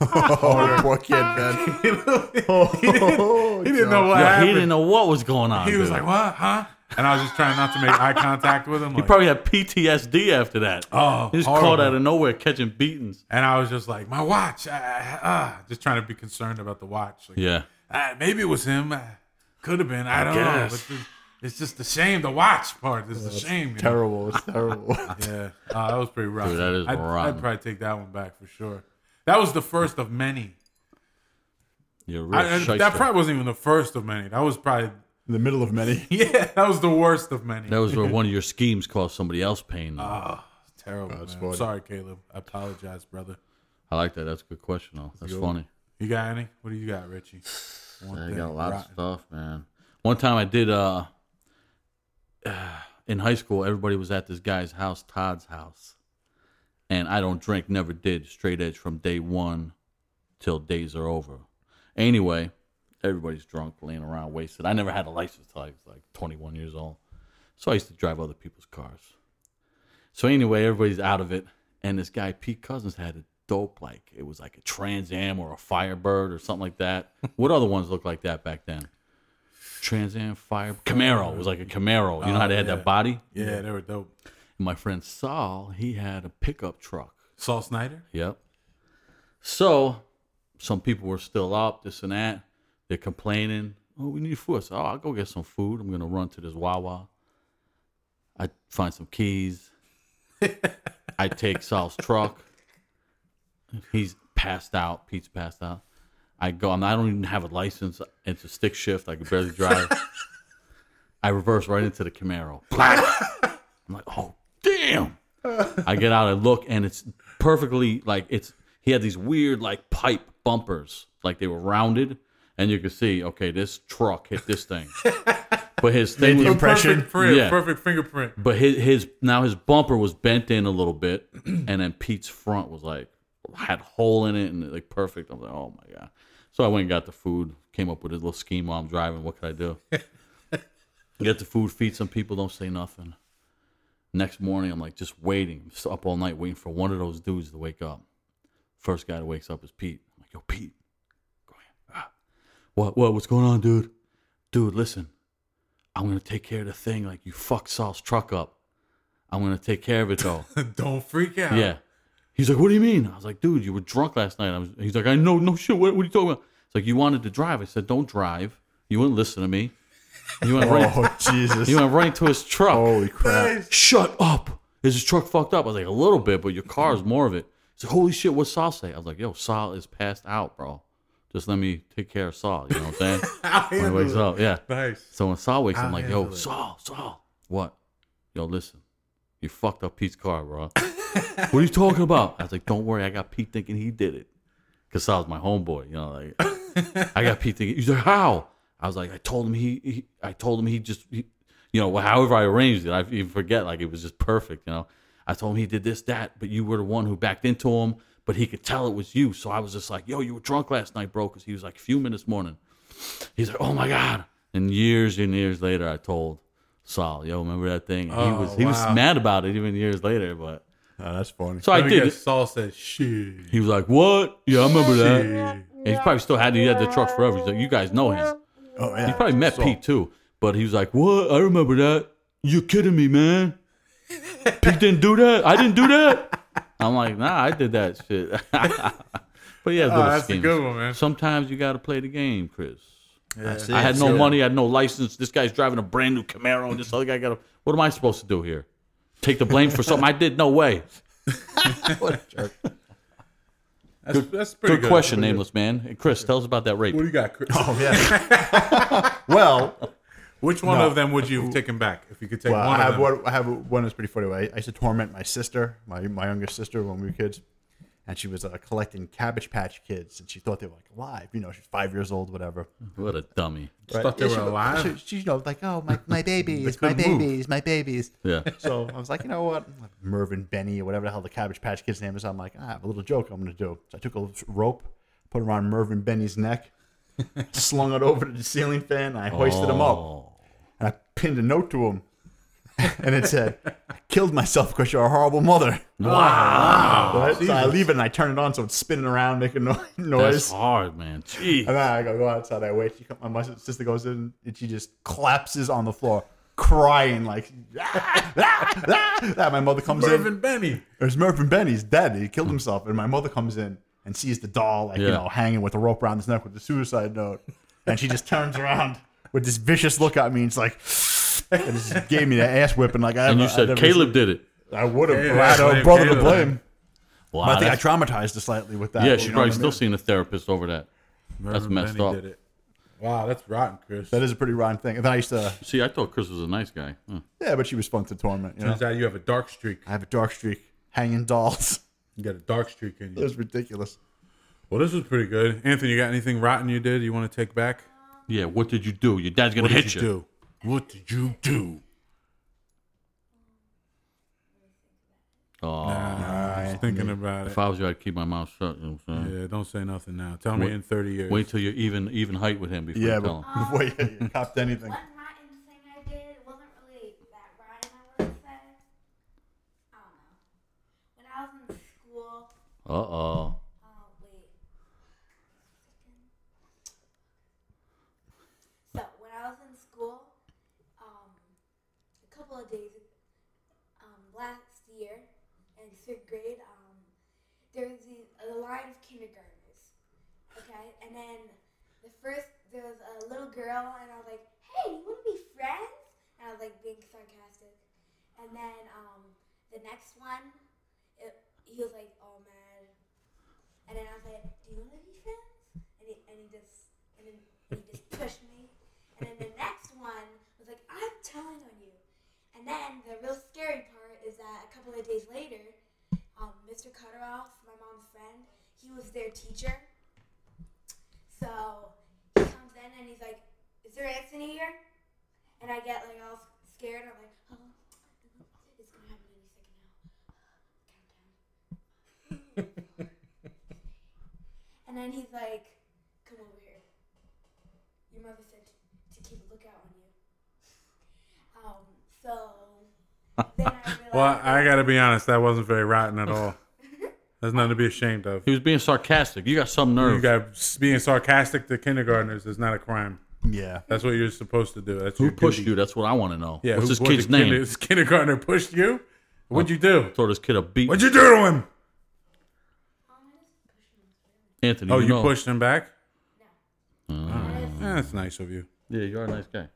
Oh, poor kid, [laughs] man. he [laughs] Oh, didn't, he didn't know what Yo, he happened. didn't know what was going on. He was dude. like, "What? Huh?" And I was just trying not to make eye contact with him. He like- probably had PTSD after that. Oh, he was horrible. caught out of nowhere catching beatings. and I was just like, "My watch," ah, ah, ah," just trying to be concerned about the watch. Like, Yeah. ah, maybe it was him. Ah, Could have been. I don't know. guess. But th- it's just the shame. The watch part is the shame. you know? Terrible. It's [laughs] terrible. Yeah, uh, that was pretty rough. Dude, that is I'd, rotten. I'd probably take that one back for sure. That was the first of many. You're a real I, I- shyster. that probably wasn't even the first of many. That was probably [laughs] In the middle of many. yeah. That was the worst of many. That was [laughs] where one of your schemes caused somebody else pain. terrible. that's man. funny. Sorry, Caleb. I apologize, brother. I like that. That's a good question, though. That's funny. You got any? What do you got, Richie? One I thing. got a lot Rotten. of stuff, man. One time I did uh [sighs] in high school, everybody was at this guy's house, Todd's house. And I don't drink, never did, straight edge from day one till days are over. Anyway, everybody's drunk, laying around, wasted. I never had a license till I was like 21 years old. So I used to drive other people's cars. So anyway, everybody's out of it, and this guy Pete Cousins had a dope like it was like a Trans Am or a Firebird or something like that. what other ones looked like that back then? Trans Am, Fire Camaro it was like a Camaro. You know how they had that body? Yeah, they were dope. And my friend Saul, he had a pickup truck. Saul Snyder. Yep. So some people were still up, this and that. They're complaining. Oh, we need food. So oh, I'll go get some food. I'm gonna run to this Wawa. I find some keys. I take Sal's truck. He's passed out. Pete's passed out. I go. I'm, I don't even have a license. It's a stick shift. I can barely drive. I reverse right into the Camaro. Black. I'm like, oh damn. I get out, I look, and it's perfectly like it's. He had these weird like pipe bumpers, like they were rounded, and you could see, okay, this truck hit this thing, but his thing was Impression. Perfect print. Yeah. Perfect fingerprint. [laughs] but his his now his bumper was bent in a little bit, [clears throat] and then Pete's front was like had a hole in it and like perfect. I was like, oh my god. So I went and got the food, came up with a little scheme while I'm driving. What could I do? Get the food, feed some people, don't say nothing. Next morning, I'm like just waiting, just up all night waiting for one of those dudes to wake up. First guy that wakes up is Pete. I'm like, yo, Pete, go in. Ah. What, what, what's going on, dude? Dude, listen. I'm gonna take care of the thing. Like you fucked Saul's truck up. I'm gonna take care of it though. Don't freak out. yeah. He's like, what do you mean? I was like, dude, you were drunk last night. I was, he's like, I know, no shit. What, what are you talking about? It's like you wanted to drive. I said, don't drive. You wouldn't listen to me. You went [laughs] [laughs] right. Oh, Jesus. You went right to his truck. Oh. Holy crap. Shut up. Is his truck fucked up? I was like, a little bit, but your car is more of it. He's like, holy shit, what's Saul say? I was like, yo, Saul is passed out, bro. Just let me take care of Saul. You know what I'm saying? when he wakes up, yeah. Nice. So when Saul wakes, up, I'm I'll like, handle yo, it." Saul, Saul. What? Yo, listen. You fucked up Pete's car, bro. [laughs] what are you talking about? I was like, don't worry. I got Pete thinking he did it. Because Sal's my homeboy. You know, like, [laughs] I got Pete thinking, he's like, how? I was like, I told him he, he I told him he just, he, you know, however I arranged it, I even forget. Like, it was just perfect, you know. I told him he did this, that, but you were the one who backed into him, but he could tell it was you. So I was just like, yo, you were drunk last night, bro, because he was like fuming this morning. He's like, "Oh my god!" And years and years later, I told Saul, "Yo, remember that thing?" And he was he was mad about it even years later, but Oh, that's funny. so I Let me did. guess, it. Saul said, "Shit." He was like, "What? Yeah, I remember that." And he probably still had he had the truck forever. He's like, "You guys know him." Oh, He yeah. probably met Pete too, but he was like, "What? I remember that. You're kidding me, [laughs] man. Pete didn't do that. I didn't do that." I'm like, "Nah, I did that shit." [laughs] but yeah, little Oh, that's a schemes. good one, man. Sometimes you got to play the game, Chris. That's I it. had no So- [laughs] money. I had no license. This guy's driving a brand new Camaro, and this other guy got a. What am I supposed to do here? Take the blame for something I did? No way. That's, that's pretty Good good. question, Pretty nameless man. Hey, Chris, tell us about that rape. What do you got, [laughs] Chris? Oh, yeah. [laughs] well, Which one No. of them would you have taken back if you could take well, I one of have them? one. I have one that's pretty funny. I, I used to torment my sister, my my youngest sister, when we were kids, and she was uh, collecting Cabbage Patch Kids, and she thought they were like alive. You know, she's five years old, whatever. What a dummy. Right? thought they Yeah, she were wa- alive? She, she, you know, like oh my [laughs] my babies, my couldn't move. babies, my babies. Yeah. So I was like, you know what, Mervin, Benny, or whatever the hell the Cabbage Patch Kid's name is. I'm like, "Ah, I have a little joke I'm gonna do. So I took a rope, put it around Mervin Benny's neck, [laughs] slung it over to the ceiling fan, and I hoisted him up Oh. [laughs] and I pinned a note to him, and it said, "I killed myself because you're a horrible mother. Wow. So I Jesus. leave it and I turn it on so it's spinning around, making no- That's [laughs] noise. hard, man. Jeez. And then I go, go outside. I wait. She come, my mus- sister goes in and she just collapses on the floor, crying like. [laughs] "Ah, ah, ah." That my mother comes in. Mervin Benny. There's Mervin Ben. He's dead. He killed himself. And my mother comes in and sees the doll, like you Yeah. know, hanging with a rope around his neck with the suicide note. And she just turns around with this vicious look at me. And it's like, and just gave me the ass whipping. Like I And you I've said never Caleb seen- did it. I would have. Yeah, I had blame a brother to Caleb. blame. Wow. But I think I Ah, that's- traumatized her slightly with that. yeah, you she's know probably what I still mean? seeing a therapist over that. That's Mervin messed Benny up. did it. Wow, that's rotten, Chris. That is a pretty rotten thing. And then I used to, See, I thought Chris was a nice guy. Hmm. Huh. yeah, but she was fun to torment. You know? Turns out you have a dark streak. I have a dark streak, hanging dolls. [laughs] You got a dark streak in it you. was ridiculous. Well, this was pretty good. Anthony, you got anything rotten you did you want to take back? Yeah, what did you do? Your dad's gonna What hit did you do? What did you do? Oh, Just thinking about it. if I was you, I'd keep my mouth shut. You know what I'm saying? Yeah, don't say nothing now. Tell me Wait- in 30 years. Wait till you're even even height with him before Yeah, you tell but him. [laughs] before you, you copped anything. One rotten thing I did it wasn't really that rotten, I would say. I don't know. When I was in school, Uh oh. oh, wait. So, when I was in school, um, a couple of days um, last year in fifth grade, um, there was these, a line of kindergartners. Okay? And then the first, there was a little girl, and I was like, hey, you want to be friends? And I was like being sarcastic. And then um, the next one, it, he was like "Oh, all mad. And then I was like, do you want to be friends? And he, and he just, and then and he just pushed me. And then the next one was like, I'm telling on you. And then the real scary part is that a couple of days later, um, Mr. Cutteroff, my mom's friend, he was their teacher. So he comes in and he's like, Is there Anthony here? And I get like all scared. I'm like, Oh, it's going to happen any second now. Countdown. and then he's like, Come over here. Your mother said to keep a lookout on you. Um, so then I [laughs] realized. Well, I got to be honest. That wasn't very rotten [laughs] at all. There's nothing to be ashamed of. He was being sarcastic. You got some You nerve. got being sarcastic to kindergartners is not a crime. Yeah. That's what you're supposed to do. That's who pushed you? That's what I want to know. Yeah, What's who- this what, kid's the kinder- name? Oh. this kindergartner pushed you. What'd you do? Throw this kid a beat. What'd you do to him? Anthony. Oh, you know. Uh. pushed him back. Eh, that's nice of you. Yeah, you are a nice guy.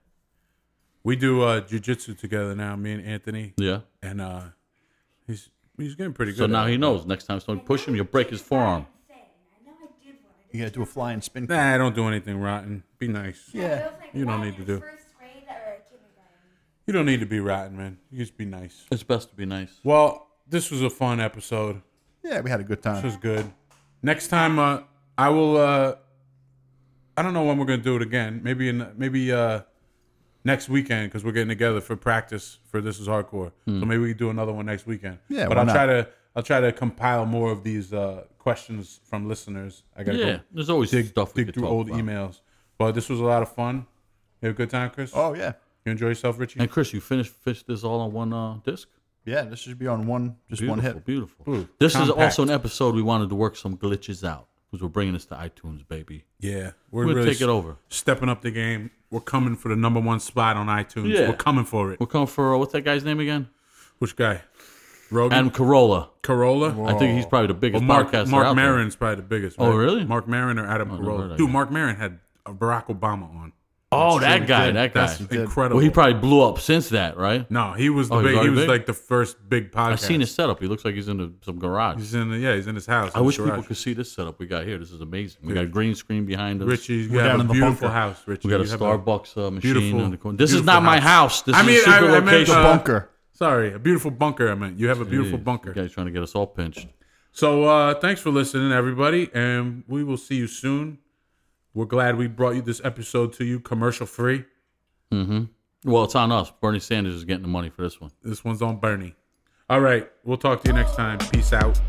We do uh, jujitsu together now, me and Anthony, Yeah. and uh, he's he's getting pretty good. So now at he it. knows. Next time someone push him, you break his forearm. I know I did one. I You got to do a flying spin. Nah, don't do anything rotten. Be nice. Yeah. You don't need to do. You don't need to be rotten, man. You just be nice. It's best to be nice. Well, this was a fun episode. Yeah, we had a good This time. was good. Next time, uh, I will. Uh, I don't know when we're gonna do it again. Maybe in maybe uh, next weekend because we're getting together for practice for this is hardcore. Hmm. So maybe we can do another one next weekend. Yeah, but why I'll not? try to I'll try to compile more of these uh, questions from listeners. I gotta Yeah, go there's always dig, stuff we dig could through talk old about. emails. But this was a lot of fun. You have a good time, Chris. Oh, yeah. You enjoy yourself, Richie. And Chris, you finished fish this all on one uh, disc. Yeah, this should be on one, just Beautiful, one hit. beautiful. Ooh, this is compact. also an episode we wanted to work some glitches out because we're bringing this to iTunes, baby. Yeah, We're gonna take s- it over. Stepping up the game. We're coming for the number one spot on iTunes. Yeah. We're coming for it. We're coming for uh, what's that guy's name again? Which guy? Rogan Adam Carolla. Corolla. I think he's probably the Well, biggest Oh. Mark podcaster Mark out there. Maron's probably the biggest. Oh, right? really? Oh, Mark Maron or Adam never heard Carolla? of Dude, him. Mark Maron had uh, Barack Obama on. Oh, that guy, did. that guy. That's did. incredible. well, he probably blew up since that, right? no, he was the Oh, he was big, he already was big? like the first big podcast. I seen his setup. He looks like he's in a, some garage. He's in the, yeah, he's in his house. I in wish his garage. people could see this setup we got here. This is amazing. We got a green screen behind us. Richie, you down have a in the beautiful bunker. house. Richie, we got a You have Starbucks uh, machine beautiful- in the corner. This is beautiful not my house. house. This I is mean, a super I- I meant, location. uh, Bunker. Sorry, a beautiful bunker. I meant you have a beautiful Jeez, bunker. You guys trying to get us all pinched. So uh thanks for listening, everybody, and we will see you soon. We're glad we brought you this episode to you commercial free. Well, it's on us. Bernie Sanders is getting the money for this one. This one's on Bernie. All right, we'll talk to you next time. Peace out.